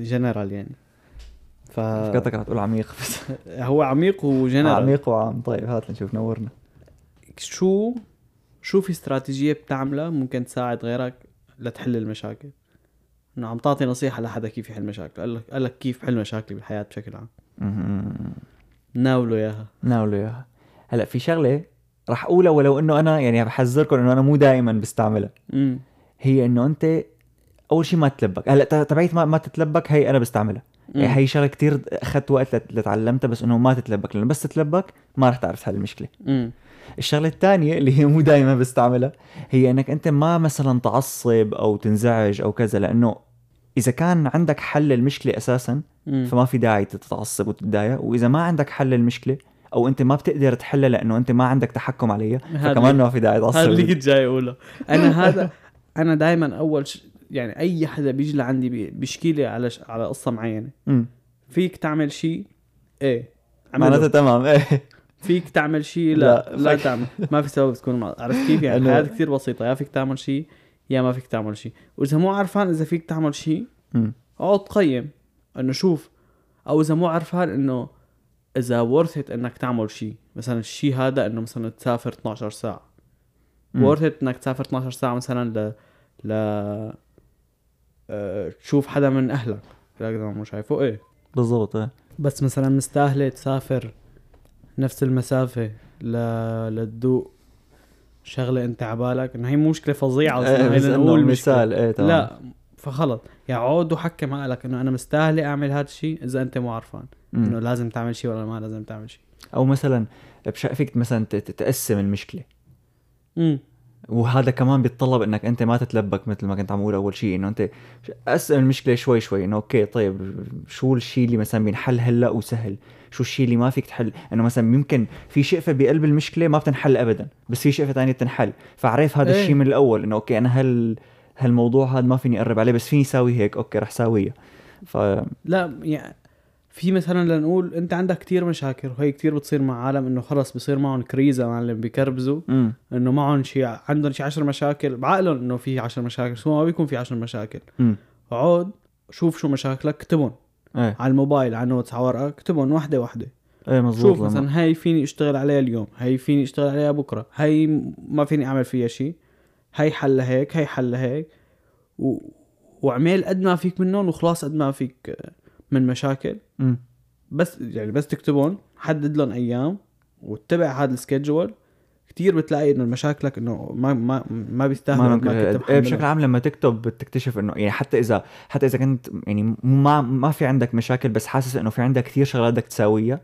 جنرال يعني ف
فكرتك رح تقول عميق بس
هو عميق وجنرال
عميق وعام طيب هات لنشوف نورنا
شو شو في استراتيجية بتعملها ممكن تساعد غيرك لتحل المشاكل انه عم تعطي نصيحة لحدا كيف يحل مشاكله قال لك قال لك كيف حل مشاكلي بالحياة بشكل عام
مهم.
ناوله اياها
ناولوا اياها هلا في شغله رح اقولها ولو انه انا يعني بحذركم انه انا مو دائما بستعملها
امم
هي انه انت اول شيء ما تتلبك هلا ت- تبعيت ما, ما تتلبك هي انا بستعملها يعني هي شغله كتير اخذت وقت لت- لتعلمتها بس انه ما تتلبك لانه بس تتلبك ما رح تعرف تحل المشكله
امم
الشغله الثانيه اللي هي مو دائما بستعملها هي انك انت ما مثلا تعصب او تنزعج او كذا لانه اذا كان عندك حل المشكله اساسا فما في داعي تتعصب وتتضايق واذا ما عندك حل المشكله او انت ما بتقدر تحلها لانه انت ما عندك تحكم عليها
هذا
فكمان ما في داعي
هذا اللي
تعصب
كنت جاي اقوله انا هذا انا دائما اول ش... يعني اي حدا بيجي لعندي بي- بيشكي لي على ش... على قصه معينه
أمم.
فيك تعمل شيء ايه عمله.
معناتها تمام <laughs> ايه
فيك تعمل شيء
لا،
لا لا
فك-
تعمل ما في سبب تكون مع... عرفت كيف يعني
أنا-
الحياه كثير بسيطه يا فيك تعمل شيء يا ما فيك تعمل شيء واذا مو عرفان اذا فيك تعمل شيء
أمم.
اقعد قيم انه شوف او اذا مو عرفان انه اذا ورثت انك تعمل شيء مثلا الشيء هذا انه مثلا تسافر 12 ساعه
مم.
ورثت انك تسافر 12 ساعه مثلا ل ل أه... تشوف حدا من اهلك لا إذا مو شايفه ايه
بالضبط إيه.
بس مثلا مستاهله تسافر نفس المسافه ل... لتذوق شغله انت عبالك انه هي مشكله فظيعه بس
إيه،
إنه هي
بس إنه
لنقول مشكلة.
مثال ايه تمام
لا فخلط يقعد وحكم عقلك انه انا مستاهله اعمل هذا الشيء اذا انت مو عرفان
أمم.
انه لازم تعمل شيء ولا ما لازم تعمل شيء
او مثلا بش... فيك مثلا ت- ت- تقسم المشكله
امم
وهذا كمان بيتطلب انك انت ما تتلبك مثل ما كنت عم اقول اول شيء انه انت ش- قسم المشكله شوي شوي انه اوكي طيب شو الشيء اللي مثلا بينحل هلا وسهل شو الشيء اللي ما فيك تحل انه مثلا ممكن في شقفه بقلب المشكله ما بتنحل ابدا بس في شقفه ثانيه بتنحل فعرف هذا
إيه.
الشيء من الاول انه اوكي انا هل هالموضوع هذا ما فيني اقرب عليه بس فيني ساوي هيك اوكي رح ساويها ف
لا يعني في مثلا لنقول انت عندك كتير مشاكل وهي كتير بتصير مع عالم انه خلص بصير معهم كريزه معلم بكربزوا
امم
انه معهم شي عندهم شي عشر مشاكل بعقلهم انه في عشر مشاكل بس هو ما بيكون في عشر مشاكل
امم
اقعد شوف شو مشاكلك اكتبهم
ايه
على الموبايل على نوتس على ورقه اكتبهم وحده وحده
ايه مزبوط
شوف
لما-
مثلا هاي فيني اشتغل عليها اليوم هاي فيني اشتغل عليها بكره هاي م- ما فيني اعمل فيها شيء هاي حل هيك هاي حل هيك و... وعمل قد ما فيك منهم وخلاص قد ما فيك آه، من مشاكل
أمم.
بس يعني بس تكتبهم حدد لهم ايام واتبع هذا السكجول كتير بتلاقي انه مشاكلك انه ما ما ما بيستاهل
ما
ما,
ممكن
كنت
ايه
محمله.
بشكل عام لما تكتب بتكتشف انه يعني حتى اذا حتى اذا كنت يعني م- ما ما في عندك مشاكل بس حاسس انه في عندك كثير شغلات بدك تساويها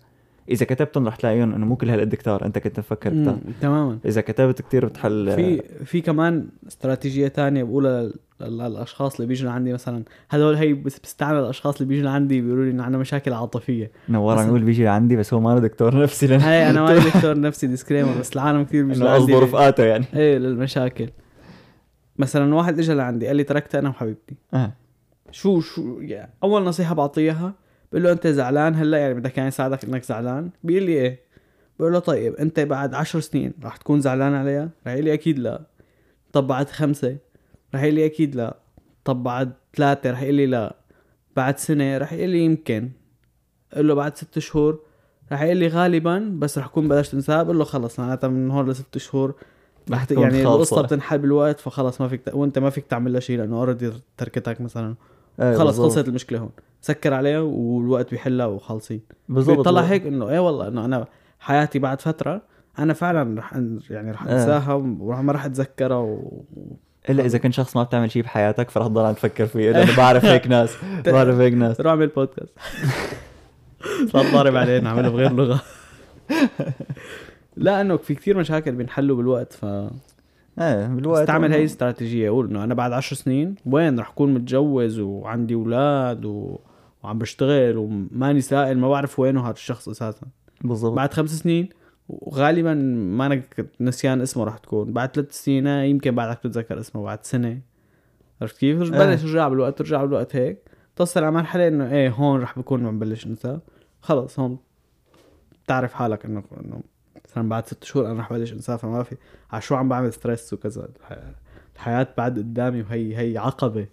اذا كتبتهم رح تلاقيهم انه مو كل هالقد كتار انت كنت مفكر كتار
مم، تماما
اذا كتبت كثير بتحل آه،
في في كمان استراتيجيه تانية بقولها لل- للاشخاص اللي بيجوا عندي مثلا هدول هي بس بستعمل الاشخاص اللي بيجوا عندي بيقولوا لي انه عندنا مشاكل عاطفيه
نوار عم
مثلاً.
يقول بيجي لعندي بس هو ما أنا دكتور نفسي لانه
هي
<laughs>
انا ما دكتور نفسي ديسكريمر بس العالم كثير بيجوا
انه
عندي
قصده
لل-
رفقاته يعني
ايه للمشاكل مثلا واحد اجى لعندي قال لي تركت انا وحبيبتي
آه.
شو شو يعني اول نصيحه بعطيها بقول له انت زعلان هلا يعني بدك يعني يساعدك انك زعلان بيقول لي ايه بقول له طيب انت بعد عشر سنين رح تكون زعلان عليها رح يقول لي اكيد لا طب بعد خمسه رح يقول لي اكيد لا طب بعد ثلاثه رح يقول لي لا بعد سنه رح يقول لي يمكن قول له بعد ست شهور رح يقول لي غالبا بس رح اكون بلشت انساها بقول له خلص معناتها من هون لست شهور رح ت-
تكون
يعني
خالصة.
القصه بتنحل بالوقت فخلص ما فيك ت- وانت ما فيك تعمل لها شيء لانه اوريدي تركتك مثلا
إيه،
خلص
بالضبط.
خلصت المشكله هون سكر عليها والوقت بيحلها وخالصين
بالضبط
بيطلع هيك انه ايه والله انه انا حياتي بعد فتره انا فعلا رح أن- يعني رح
آه.
انساها وما ما رح اتذكرها و...
الا اذا كنت شخص ما بتعمل شيء بحياتك فرح تضل عم تفكر فيه
<laughs>
لانه بعرف هيك ناس بعرف هيك ناس
روح اعمل
<laughs>
بودكاست صار ضارب علينا عمله بغير لغه لا انه في كثير مشاكل بينحلوا بالوقت ف
ايه بالوقت
استعمل هاي الاستراتيجيه قول انه انا بعد عشر سنين وين رح اكون متجوز وعندي اولاد و... وعم بشتغل وماني سائل ما بعرف وينه هذا الشخص اساسا
بالضبط
بعد خمس سنين وغالبا ما انا كنت نسيان اسمه رح تكون بعد ثلاث سنين آه، يمكن بعدك تتذكر اسمه بعد سنه عرفت كيف؟ رج-
إيه.
بلش رجع بالوقت رجع بالوقت هيك تصل على مرحله انه ايه هون رح بكون عم بلش انسى خلص هون بتعرف حالك انه انه مثلا بعد ست شهور انا رح بلش انسى فما في على شو عم بعمل ستريس وكذا الح- الحياه بعد قدامي وهي هي عقبه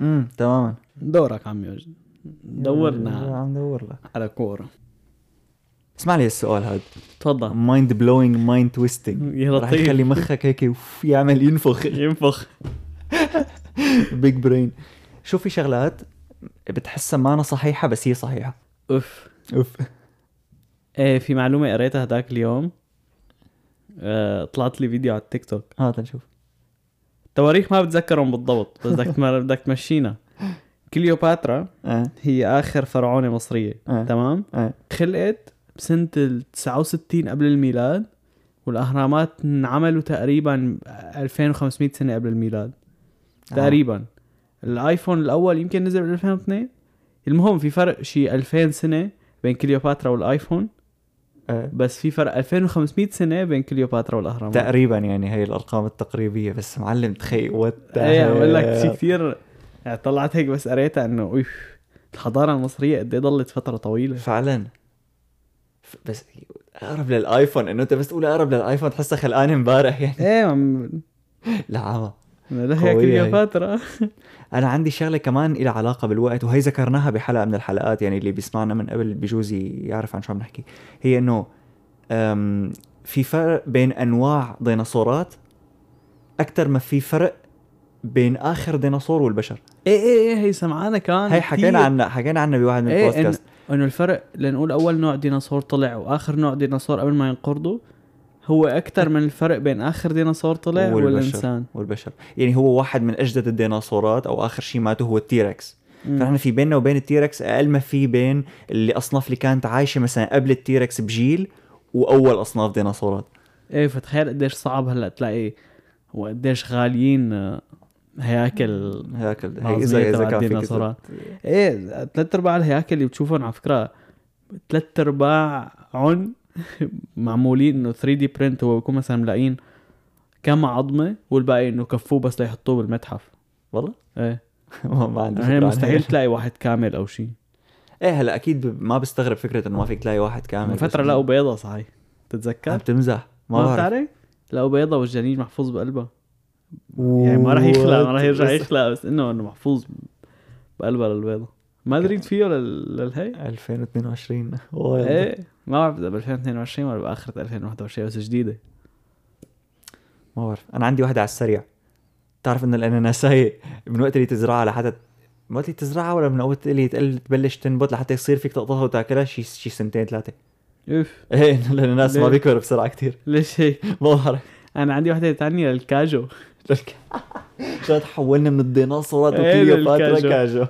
امم تماما
دورك عمي وجد دورنا
عم دور لك
على كوره
اسمع لي السؤال هذا
تفضل
مايند بلوينج مايند تويستنج
يا
رح
لطيف.
يخلي مخك هيك وف يعمل ينفخ
طيب. <laughs>
<laughs>
ينفخ
بيج برين شو في شغلات بتحسها معنا صحيحه بس هي صحيحه
اوف
اوف
ايه في معلومة قريتها هداك اليوم آه، طلعت لي فيديو على التيك توك
ها تنشوف
تواريخ ما بتذكرهم بالضبط بس بدك تم- <laughs> بدك تمشينا كليوباترا
اه
هي اخر فرعونة مصرية
آه.
تمام
آه.
خلقت بسنة ال 69 قبل الميلاد والاهرامات انعملوا تقريبا 2500 سنة قبل الميلاد تقريبا الايفون الاول يمكن نزل بال 2002 المهم في فرق شي 2000 سنة بين كليوباترا والايفون
آه.
بس في فرق 2500 سنة بين كليوباترا والاهرامات
تقريبا يعني هي الارقام التقريبيه بس معلم تخيل وات
ايه عم بقول لك شيء كثير طلعت هيك بس قريتها انه اوف الحضاره المصريه قد ايه ضلت فتره طويله
فعلا ف- بس اقرب للايفون انه انت بس تقول اقرب للايفون تحسها خلقان امبارح يعني <laughs>
ايه عم
لا عمى
لها
قوية هي.
كليوباترا
انا عندي شغله كمان إلها علاقه بالوقت وهي ذكرناها بحلقه من الحلقات يعني اللي بيسمعنا من قبل بجوز يعرف عن شو عم نحكي هي انه أم، في فرق بين انواع ديناصورات اكثر ما في فرق بين اخر ديناصور والبشر
ايه ايه ايه هي سمعانه كمان
هي حكينا عنها حكينا عنها بواحد من
ايه إن-
البودكاست
انه الفرق لنقول اول نوع ديناصور طلع واخر نوع ديناصور قبل ما ينقرضوا هو اكثر من الفرق بين اخر ديناصور طلع
والبشر.
والانسان
والبشر يعني هو واحد من اجدد الديناصورات او اخر شيء ماته هو التيركس
مم.
فنحن في بيننا وبين التيركس اقل ما في بين اللي اصناف اللي كانت عايشه مثلا قبل التيركس بجيل واول اصناف ديناصورات
ايه فتخيل قديش صعب هلا تلاقي وقديش غاليين آه، هياكل
هيك ال- هي-
عظمية
اذا اذا
تبع
إيه، كان في
الديناصورات.
كذا.
ايه ثلاث ارباع الهياكل اللي بتشوفهم على فكره ثلاث ارباعهم معمولين انه 3 دي برنت هو بيكون مثلا ملاقين كم عظمه والباقي انه كفوه بس ليحطوه بالمتحف
والله
ايه
<laughs> ما ما عندي فكرة
هي
عن
مستحيل
هيك.
تلاقي واحد كامل او شيء
ايه هلا اكيد ب- ما بستغرب فكره انه ما فيك تلاقي واحد كامل
من
بس
فتره
إنه-
لقوا بيضه صحيح
عم
تتذكر
بتمزح ما
ما
بعرف
بتعرف لقوا بيضه والجنين محفوظ بقلبها يعني ما راح يخلق ما راح
<laughs>
يرجع
بس-
يخلق بس انه انه محفوظ بقلبها للبيضه ما دريت فيه لل- للهي
<laughs> 2022 وايد.
ايه ما بعرف اذا ب 2022 ولا باخرة 2021 بس جديده
ما بعرف انا عندي واحدة على السريع تعرف ان الاناناسية من وقت اللي تزرعها لحتى من وقت اللي تزرعها ولا من وقت اللي تقل- تبلش تنبت لحتى يصير فيك تقطعها وتاكلها شي شي سنتين ثلاثة <laughs>
اوف
ايه إنه الاناناس ما
ليه؟
بيكبر بسرعة كتير <laughs>
ليش هيك؟
ما بعرف
انا عندي وحده تانية للكاجو
لك- شو تحولنا من الديناصورات
إيه،
وكليوباترا
للكاجو.
كاجو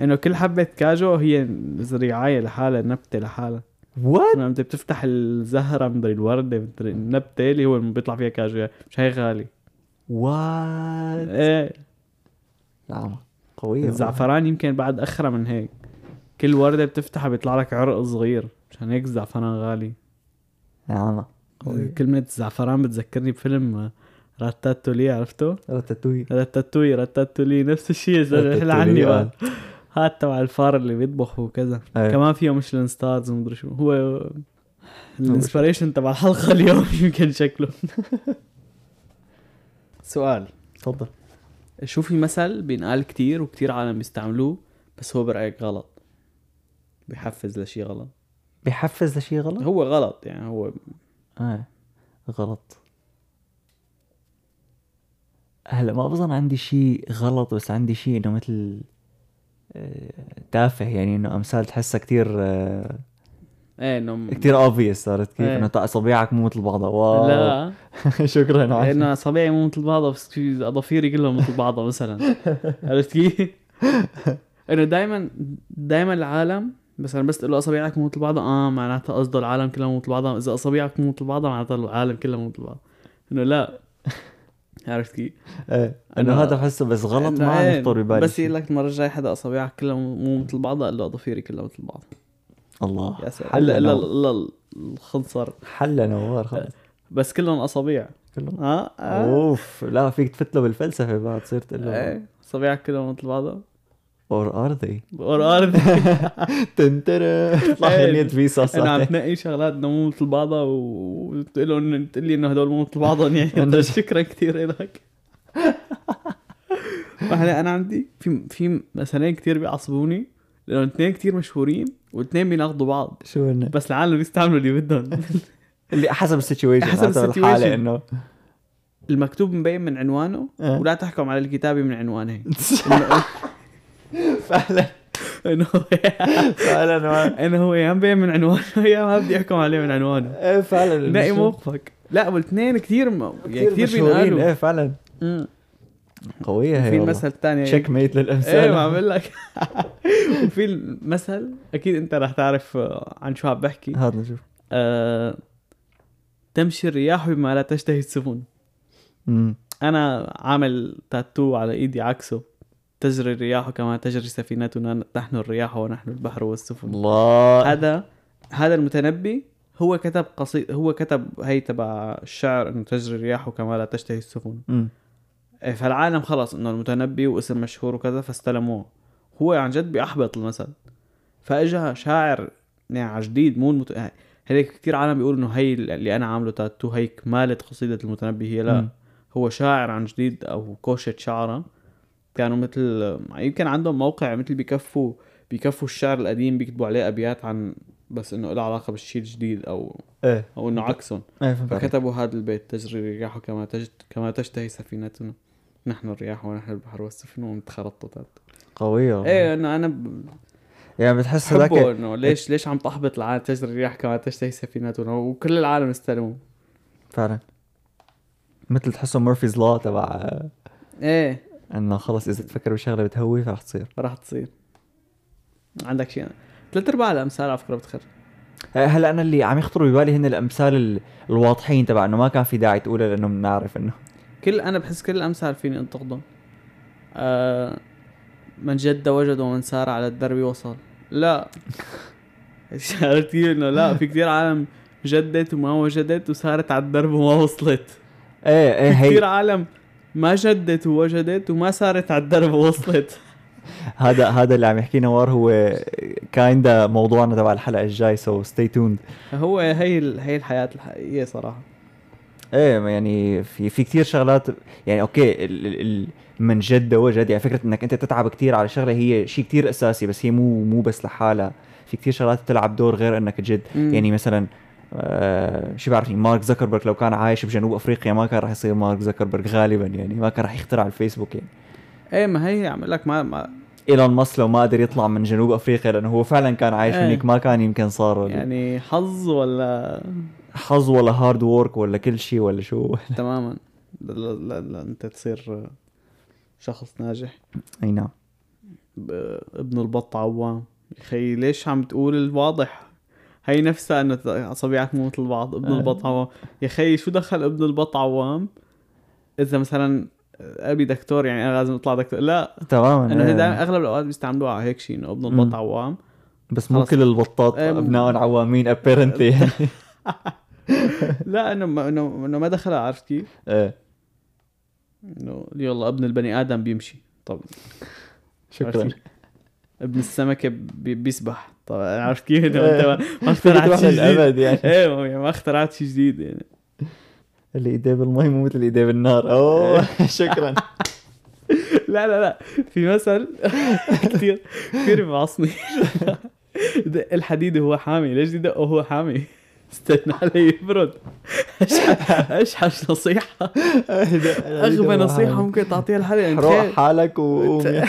انه كل حبه كاجو هي زريعايه لحالها نبته لحالها
وات
لما انت بتفتح الزهره مدري الورده مدري النبته اللي هو اللي بيطلع فيها كاجو يعني مش هي غالي
وات
ايه
نعم قوية
الزعفران يمكن بعد اخرى من هيك كل ورده بتفتحها بيطلع لك عرق صغير مشان هيك الزعفران غالي
نعم قوية.
كلمه الزعفران بتذكرني بفيلم راتاتولي عرفته؟
رتتوي
رتاتوي رتاتولي نفس الشيء يا زلمه حل عني بقى هات تبع الفار اللي بيطبخ وكذا
إيه.
كمان فيه ميشلان ستارز ومدري شو هو الانسبريشن تبع الحلقه اليوم <laughs> يمكن شكله سؤال
تفضل
شو في مثل بينقال كتير وكتير عالم بيستعملوه بس هو برايك غلط بحفز لشي غلط
بحفز لشيء غلط؟
هو غلط يعني هو
ايه غلط هلا ما بظن عندي شيء غلط بس عندي شيء انه مثل آه، تافه يعني انه امثال تحسها آه، كثير
ايه انه
كثير اوبفيس صارت كيف
إيه.
انه طق اصابعك مو مثل بعضها واو <laughs>
لا
شكرا عشان
لانه اصابعي مو مثل بعضها بس في اظافيري كلها مثل بعضها
<laughs>
مثلا عرفت كيف؟ انه دائما دائما العالم مثلا بس تقول له اصابعك مو مثل بعضها اه معناتها قصده العالم كلها مو مثل بعضها اذا اصابعك مو مثل بعضها معناتها العالم كلها مو مثل بعضها انه لا عرفت كيف؟
إيه. انه
أنا-
هذا بحسه بس غلط
إنه
ما عم
إيه،
يخطر ببالي
بس
شيء.
يقول لك المره الجايه حدا اصابعك كلها مو مثل بعضها قال له اظافيري كلها مثل بعضها
الله
يا سلام
حل
الا الا
نوار
الا الخنصر
حل نوار خلص
بس كلهم اصابيع
كلهم
اه, آه.
اوف لا فيك تفتله بالفلسفه بعد تصير تقول له
إيه، اصابعك كلها مثل بعضها
اور ار ذي
اور ارض
تنترى طلع
إيه.
غنيت فيسا
انا عم
صح
تنقي شغلات إنه مو مثل بعضها و- وتقول لهم إن- تقول لي انه هدول مو مثل بعضهم <laughs> يعني أنت شكرا كثير <laughs> لك هلا انا عندي في في مثلين كثير بيعصبوني لانه الاثنين كتير مشهورين والاثنين بيناقضوا بعض
شو هن
بس العالم بيستعملوا <laughs> اللي بدهم
اللي حسب السيتويشن
حسب
حسب
السيتويشن.
الحاله انه
المكتوب مبين من عنوانه
آه.
ولا تحكم على الكتابة من <laughs> عنوانه
فعلا
انه
فعلا ما-
انه هو يا مبين من عنوانه <laughs> يا ما بدي احكم عليه من عنوانه
ايه فعلا
نقي
مش-
موقفك لا والاثنين كثير م... يعني كثير
مشهورين
بينقالوا
ايه فعلا
مم.
قوية هي
في
والله.
المثل الثاني
تشيك ميت
ايه ما
للامثال
عم بقول لك <laughs> وفي المثل اكيد انت رح تعرف آه، عن شو عم بحكي
هذا نشوف
آه... تمشي الرياح بما لا تشتهي السفن
أمم.
انا عامل تاتو على ايدي عكسه تجري الرياح كما تجري سفينتنا نحن الرياح ونحن البحر والسفن
الله
هذا هذا المتنبي هو كتب قصيد هو كتب هي تبع الشعر انه تجري الرياح كما لا تشتهي السفن
أمم.
إيه، فالعالم خلص انه المتنبي واسم مشهور وكذا فاستلموه هو عن جد بيحبط المثل فاجا شاعر يعني جديد مو المت... هيك كثير عالم بيقولوا انه هي اللي انا عامله تاتو هي كمالة قصيدة المتنبي هي لا
مم.
هو شاعر عن جديد او كوشة شعراء كانوا مثل يمكن عندهم موقع مثل بيكفوا بيكفوا الشعر القديم بيكتبوا عليه ابيات عن بس انه له علاقة بالشيء الجديد او
ايه
او انه عكسهم
ايه فهمت عليك.
فكتبوا هذا البيت تجري رياحه كما تجت كما تشتهي سفينتنا نحن الرياح ونحن البحر والسفن ومتخرططات
قوية والله.
ايه انه انا ب-
يعني بتحس
بحبه
هذاك
انه ليش ليش عم تحبط العالم تجري الرياح كما تشتهي سفينتنا وكل العالم استلموا
فعلا مثل تحسه مورفيز لا تبع
ايه
انه خلص اذا تفكر بشغله بتهوي فرح تصير
راح تصير عندك شيء ثلاث ارباع الامثال على فكره بتخرب
آه، هلا انا اللي عم يخطروا ببالي هن الامثال ال- الواضحين تبع انه ما كان في داعي تقولها لانه بنعرف انه
كل انا بحس كل الامثال فيني انتقدهم آه من جد وجد ومن سار على الدرب وصل لا <laughs> عرفت كيف انه لا في كثير عالم جدت وما وجدت وسارت على الدرب وما وصلت
ايه ايه هي
كثير عالم ما جدت ووجدت وما سارت على الدرب ووصلت <laughs>
هذا هذا اللي عم يحكيه نوار هو كايندا موضوعنا تبع الحلقه الجاي سو ستي توند
هو هي ال- هي الحياه الحقيقيه صراحه
ايه ما يعني في في كثير شغلات يعني اوكي ال ال ال من جد وجد يعني فكره انك انت تتعب كثير على شغله هي شيء كثير اساسي بس هي مو مو بس لحالها في كثير شغلات بتلعب دور غير انك جد
مم.
يعني مثلا آه شو بعرفني مارك زكربرج لو كان عايش بجنوب افريقيا ما كان راح يصير مارك زكربرج غالبا يعني ما كان راح يخترع الفيسبوك يعني
ايه ما هي عم لك ما, ما
ايلون ماسك لو ما قدر يطلع من جنوب افريقيا لانه هو فعلا كان عايش
إيه.
هنيك ما كان يمكن صار يعني
يعني حظ ولا <laughs>
حظ ولا هارد وورك ولا كل شيء ولا شو
تماما لا, لا, لا انت تصير شخص ناجح
اي نعم
ب- ابن البط عوام يخي ليش عم تقول الواضح هي نفسها انه ت- اصابعك مو مثل بعض ابن
آه.
البط عوام يا خي شو دخل ابن البط عوام اذا مثلا ابي دكتور يعني انا لازم اطلع دكتور لا
تماما
انه
إيه.
دائما اغلب الاوقات بيستعملوها على هيك شيء انه ابن
مم.
البط عوام
بس مو
خلص.
كل البطاط
إيه، مو-
ابناء عوامين ابيرنتلي
<laughs>
يعني
لا انه ما انه إنه ما دخلها عرفت كيف؟
<laughs> إيه،
انه يلا ابن البني ادم بيمشي طب
شكرا <laughs>
عرفت كيف؟ ابن السمكه بي- بيسبح طب عرفت كيف؟ إنه انت ما- ما
<laughs> فكرة
اخترعت
واحدة
شيء جديد
الابد يعني
ايه ما- يعني ما اخترعت شيء جديد يعني
اللي ايديه بالمي مو مثل ايديه
<laughs>
بالنار إيه. اوه <laughs> شكرا
لا لا لا في مثل <laughs> كثير كثير بيعصني دق الحديد هو حامي ليش دقه هو حامي استنى عليه يبرد أشحش- اشحش نصيحه اغبى نصيحه ممكن تعطيها لحالي يعني
روح
تخيل
حالك وقوم يا.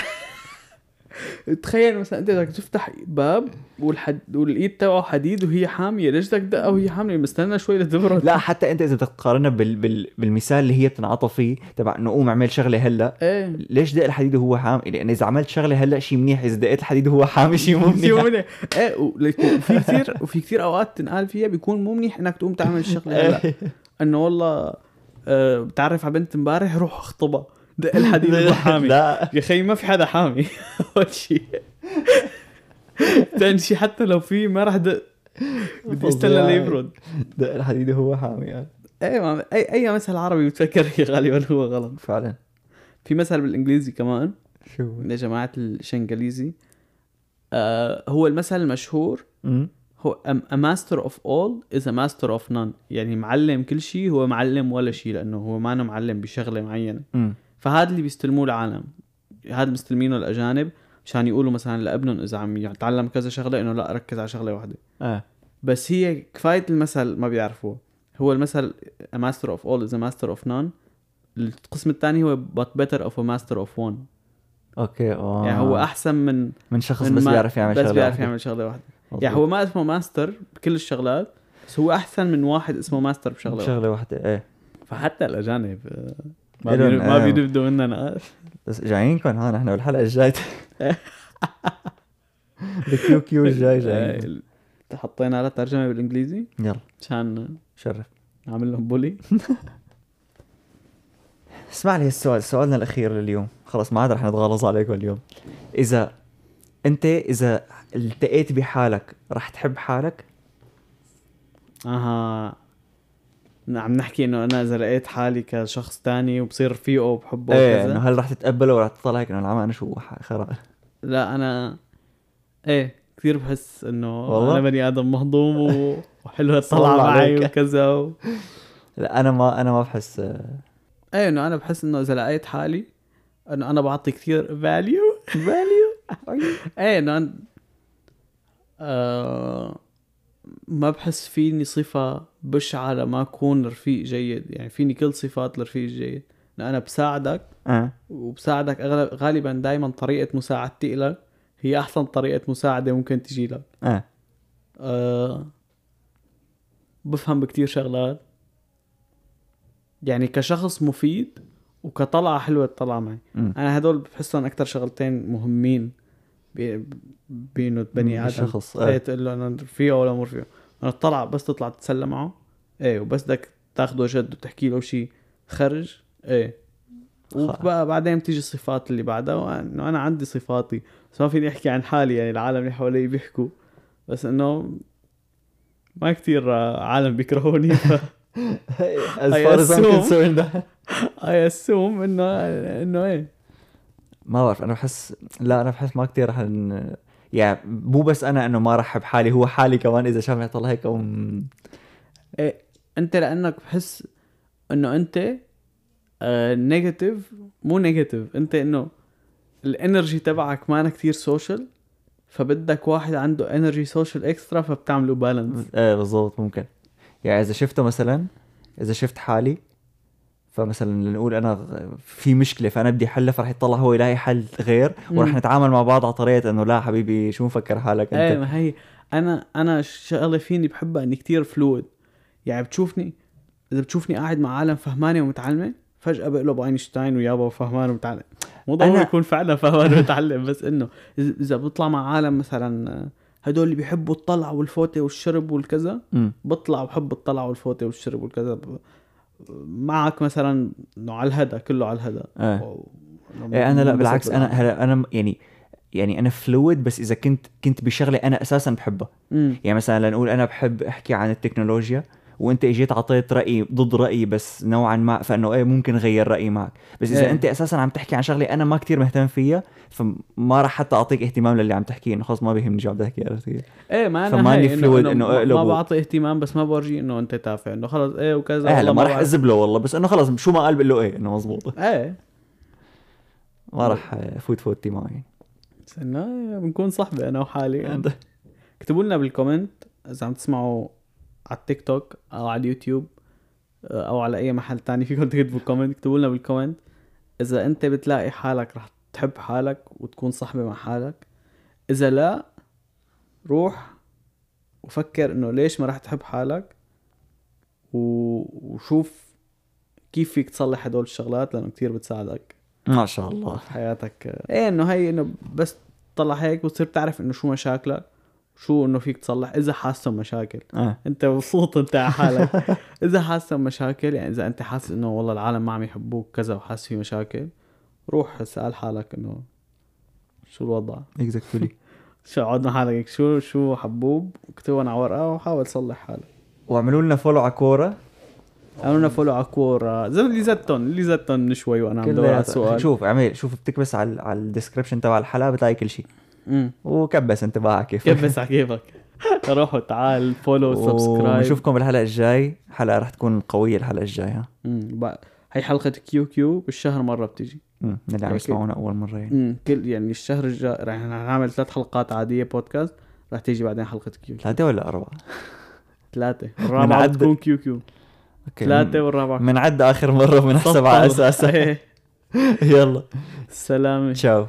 تخيل مثلا انت بدك تفتح باب والحد والايد تبعه حديد وهي حاميه ليش بدك تدقها وهي حاميه مستنى شوي لتبرد
لا حتى انت اذا بدك تقارنها بال... بال... بالمثال اللي هي بتنعطى فيه تبع انه قوم اعمل شغله هلا
ايه
ليش دق الحديد وهو حامي؟ لان اذا عملت شغله هلا شيء منيح، اذا دقيت الحديد وهو حامي شيء مو
شيء مو
<laughs> منيح.
منيح ايه وفي كثير وفي كثير اوقات تنقال فيها بيكون مو منيح انك تقوم تعمل
إيه.
الشغله هلا انه والله آه، بتعرف على بنت امبارح روح اخطبها دق
<laughs>
الحديد هو حامي
لا
يا اخي ما في حدا حامي <laughs> اول شيء ثاني شيء حتى لو في ما راح دق بدي استنى
فظيع.
ليبرد
دق الحديد وهو حامي يعني.
اي ما- اي اي مثل عربي بتفكر فيه غالبا هو غلط
فعلا
في مثل بالانجليزي كمان
شو
يا جماعه الشنغاليزي آه هو المثل المشهور
أمم.
هو a master of all is a master of none يعني معلم كل شيء هو معلم ولا شيء لانه هو ما معلم بشغله معينه
أمم.
فهذا اللي بيستلموه العالم هذا مستلمينه الاجانب مشان يقولوا مثلا لابنهم اذا عم يتعلم كذا شغله انه لا ركز على شغله واحده
اه
بس هي كفايه المثل ما بيعرفوه هو المثل a master of all is a master of none القسم الثاني هو but better of a master of one
اوكي اه
يعني هو احسن من
من شخص
من
بس
ما-
بيعرف يعمل شغله
بس بيعرف
واحدة.
يعمل شغله واحده
مظبوط.
يعني هو ما اسمه ماستر بكل الشغلات بس هو احسن من واحد اسمه ماستر بشغله واحدة.
شغله واحده ايه
فحتى الاجانب آه، ما
إلن،
بير- ما
آه.
بينبدوا منا نقاش
بس جايينكم ها نحن بالحلقه
<laughs>
الجايه الكيو كيو الجاي جايين
آه، حطينا لها ترجمه بالانجليزي
يلا
مشان
شرف
نعمل لهم بولي
اسمع لي السؤال سؤالنا الاخير لليوم خلص ما عاد رح نتغلظ عليكم اليوم اذا انت اذا التقيت بحالك رح تحب حالك
اها نعم، عم نحكي انه انا اذا لقيت حالي كشخص تاني وبصير فيه وبحبه
ايه
وكذا
انه هل رح تتقبله ورح تطلع هيك انه العمى انا شو ح- خرا
لا انا ايه كثير بحس انه
والله؟
والله؟ انا بني ادم مهضوم
<laughs>
و- وحلوه تطلع
الله
معي
عليك.
وكذا و...
لا انا ما انا ما
<laughs>
بحس
ايه انه انا بحس انه اذا لقيت حالي انه انا بعطي كثير فاليو
فاليو <laughs>
ايه انه أنا... آه... ما بحس فيني صفة بشعة لما أكون رفيق جيد يعني فيني كل صفات الرفيق الجيد إنه أنا بساعدك
اه
وبساعدك أغلب غالبا دائما طريقة مساعدتي لك هي أحسن طريقة مساعدة ممكن تجي لك
اه
آه بفهم بكتير شغلات يعني كشخص مفيد وكطلعة حلوة تطلع معي
مم.
أنا هدول بحسهم أكتر شغلتين مهمين ب- بينه بني آدم
بالشخص، آه.
ايه تقول له أنا رفيقه ولا مو رفيقه أنا تطلع بس تطلع تتسلى معه إيه وبس بدك تاخده جد وتحكي له شيء خرج إيه وبقى بعدين بتيجي الصفات اللي بعدها وانه انا عندي صفاتي بس ما فيني احكي عن حالي يعني العالم اللي حوالي بيحكوا بس انه ما كتير آه، عالم بيكرهوني <laughs> ف
as
I
far as I'm
assume.
concerned
اي اسوم انه انه ايه
ما بعرف انا بحس لا انا بحس ما كثير رح ن... يعني مو بس انا انه ما رح بحالي هو حالي كمان اذا شافني طلع هيك أم...
إيه، انت لانك بحس انه انت نيجاتيف مو نيجاتيف انت انه الانرجي تبعك مانا كتير سوشيال فبدك واحد عنده انرجي سوشيال اكسترا فبتعملوا بالانس
ايه بالضبط ممكن يعني اذا شفته مثلا اذا شفت حالي فمثلا لنقول انا غ- في مشكله فانا بدي حلها فرح يطلع هو يلاقي حل غير ورح
مم.
نتعامل مع بعض على طريقه انه لا حبيبي شو مفكر حالك
ايه
انت
ما هي انا انا شغله فيني بحبها اني كتير فلويد يعني بتشوفني اذا بتشوفني قاعد مع عالم فهمانه ومتعلمه فجاه بقلب اينشتاين ويابا فهمان ومتعلم مو ضروري
أنا-
يكون فعلا فهمان ومتعلم بس انه إذا- اذا بطلع مع عالم مثلا هدول اللي بيحبوا الطلعه والفوته والشرب والكذا
مم.
بطلع بحب الطلعه والفوته والشرب والكذا ب- معك مثلا انه على الهدى كله على الهدى
إيه.
و-
إيه انا لا
بنبسط
بالعكس انا
بالعالم.
هلا انا م- يعني يعني انا فلويد بس اذا كنت كنت بشغله انا اساسا بحبها
أمم.
يعني مثلا لنقول انا بحب احكي عن التكنولوجيا وانت اجيت اعطيت رايي ضد رايي بس نوعا ما فانه ايه ممكن غير رايي معك بس اذا
إيه.
انت اساسا عم تحكي عن شغله انا ما كتير مهتم فيها فما راح حتى اعطيك اهتمام للي عم تحكيه انه خلص ما بيهمني شو عم تحكي عرفت كيف؟
ايه ما انا
فماني
هاي
fluid
إنه,
إنه إيه،
إنه ما-
أقلب
ما
و-
بعطي اهتمام بس ما بورجي انه انت تافه انه خلص ايه وكذا
إيه، هلا
والله
ما راح
بعرف.
اذب له والله بس انه خلص شو ما قال بقول له ايه انه مزبوط
ايه
ما راح فوت فوتي معه يعني
بس انه بنكون صحبه انا وحالي
إيه.
يعني. اكتبوا لنا بالكومنت اذا عم تسمعوا على التيك توك او على اليوتيوب او على اي محل تاني فيكم <laughs> تكتبوا كومنت اكتبوا لنا بالكومنت اذا انت بتلاقي حالك رح تحب حالك وتكون صحبه مع حالك اذا لا روح وفكر انه ليش ما رح تحب حالك و- وشوف كيف فيك تصلح هدول الشغلات لانه كتير بتساعدك
ما شاء الله
حياتك ايه انه هي انه بس تطلع هيك وتصير تعرف انه شو مشاكلك شو انه فيك تصلح اذا حاسهم مشاكل
اه
انت مبسوط انت على حالك اذا حاسهم مشاكل يعني اذا انت حاسس انه والله العالم ما عم يحبوك كذا وحاسس في مشاكل روح اسال حالك انه شو الوضع
اكزاكتلي
شو اقعد مع حالك هيك، شو شو حبوب اكتبهم على ورقه وحاول تصلح حالك
واعملوا لنا فولو على كوره
عملوا لنا فولو على كورة زي اللي زتهم اللي زتهم من شوي وانا عم دور على
كلياتها
السؤال
شوف اعمل شوف بتكبس على على الديسكربشن تبع الحلقه بتلاقي كل شيء
مم.
وكبس انت بقى على كيفك
كبس على كيفك روحوا تعال فولو سبسكرايب
ونشوفكم بالحلقه الجاي حلقه رح تكون قويه الحلقه الجايه
مم، بقى- هي حلقة كيو كيو بالشهر مرة بتيجي
مم، اللي عم
أوكي.
يسمعونا اول مره يعني
امم كل يعني الشهر الجاي رح نعمل ثلاث حلقات عادية بودكاست رح تيجي بعدين حلقة كيو كيو
ثلاثه ولا اربعه؟
ثلاثة
منعد-
الرابعة بتكون كيو كيو
اوكي
ثلاثة والرابعة <laughs>
من عد اخر مره بنحسب على
سطر.
اساسها
إيه.
يلا
سلامة
تشاو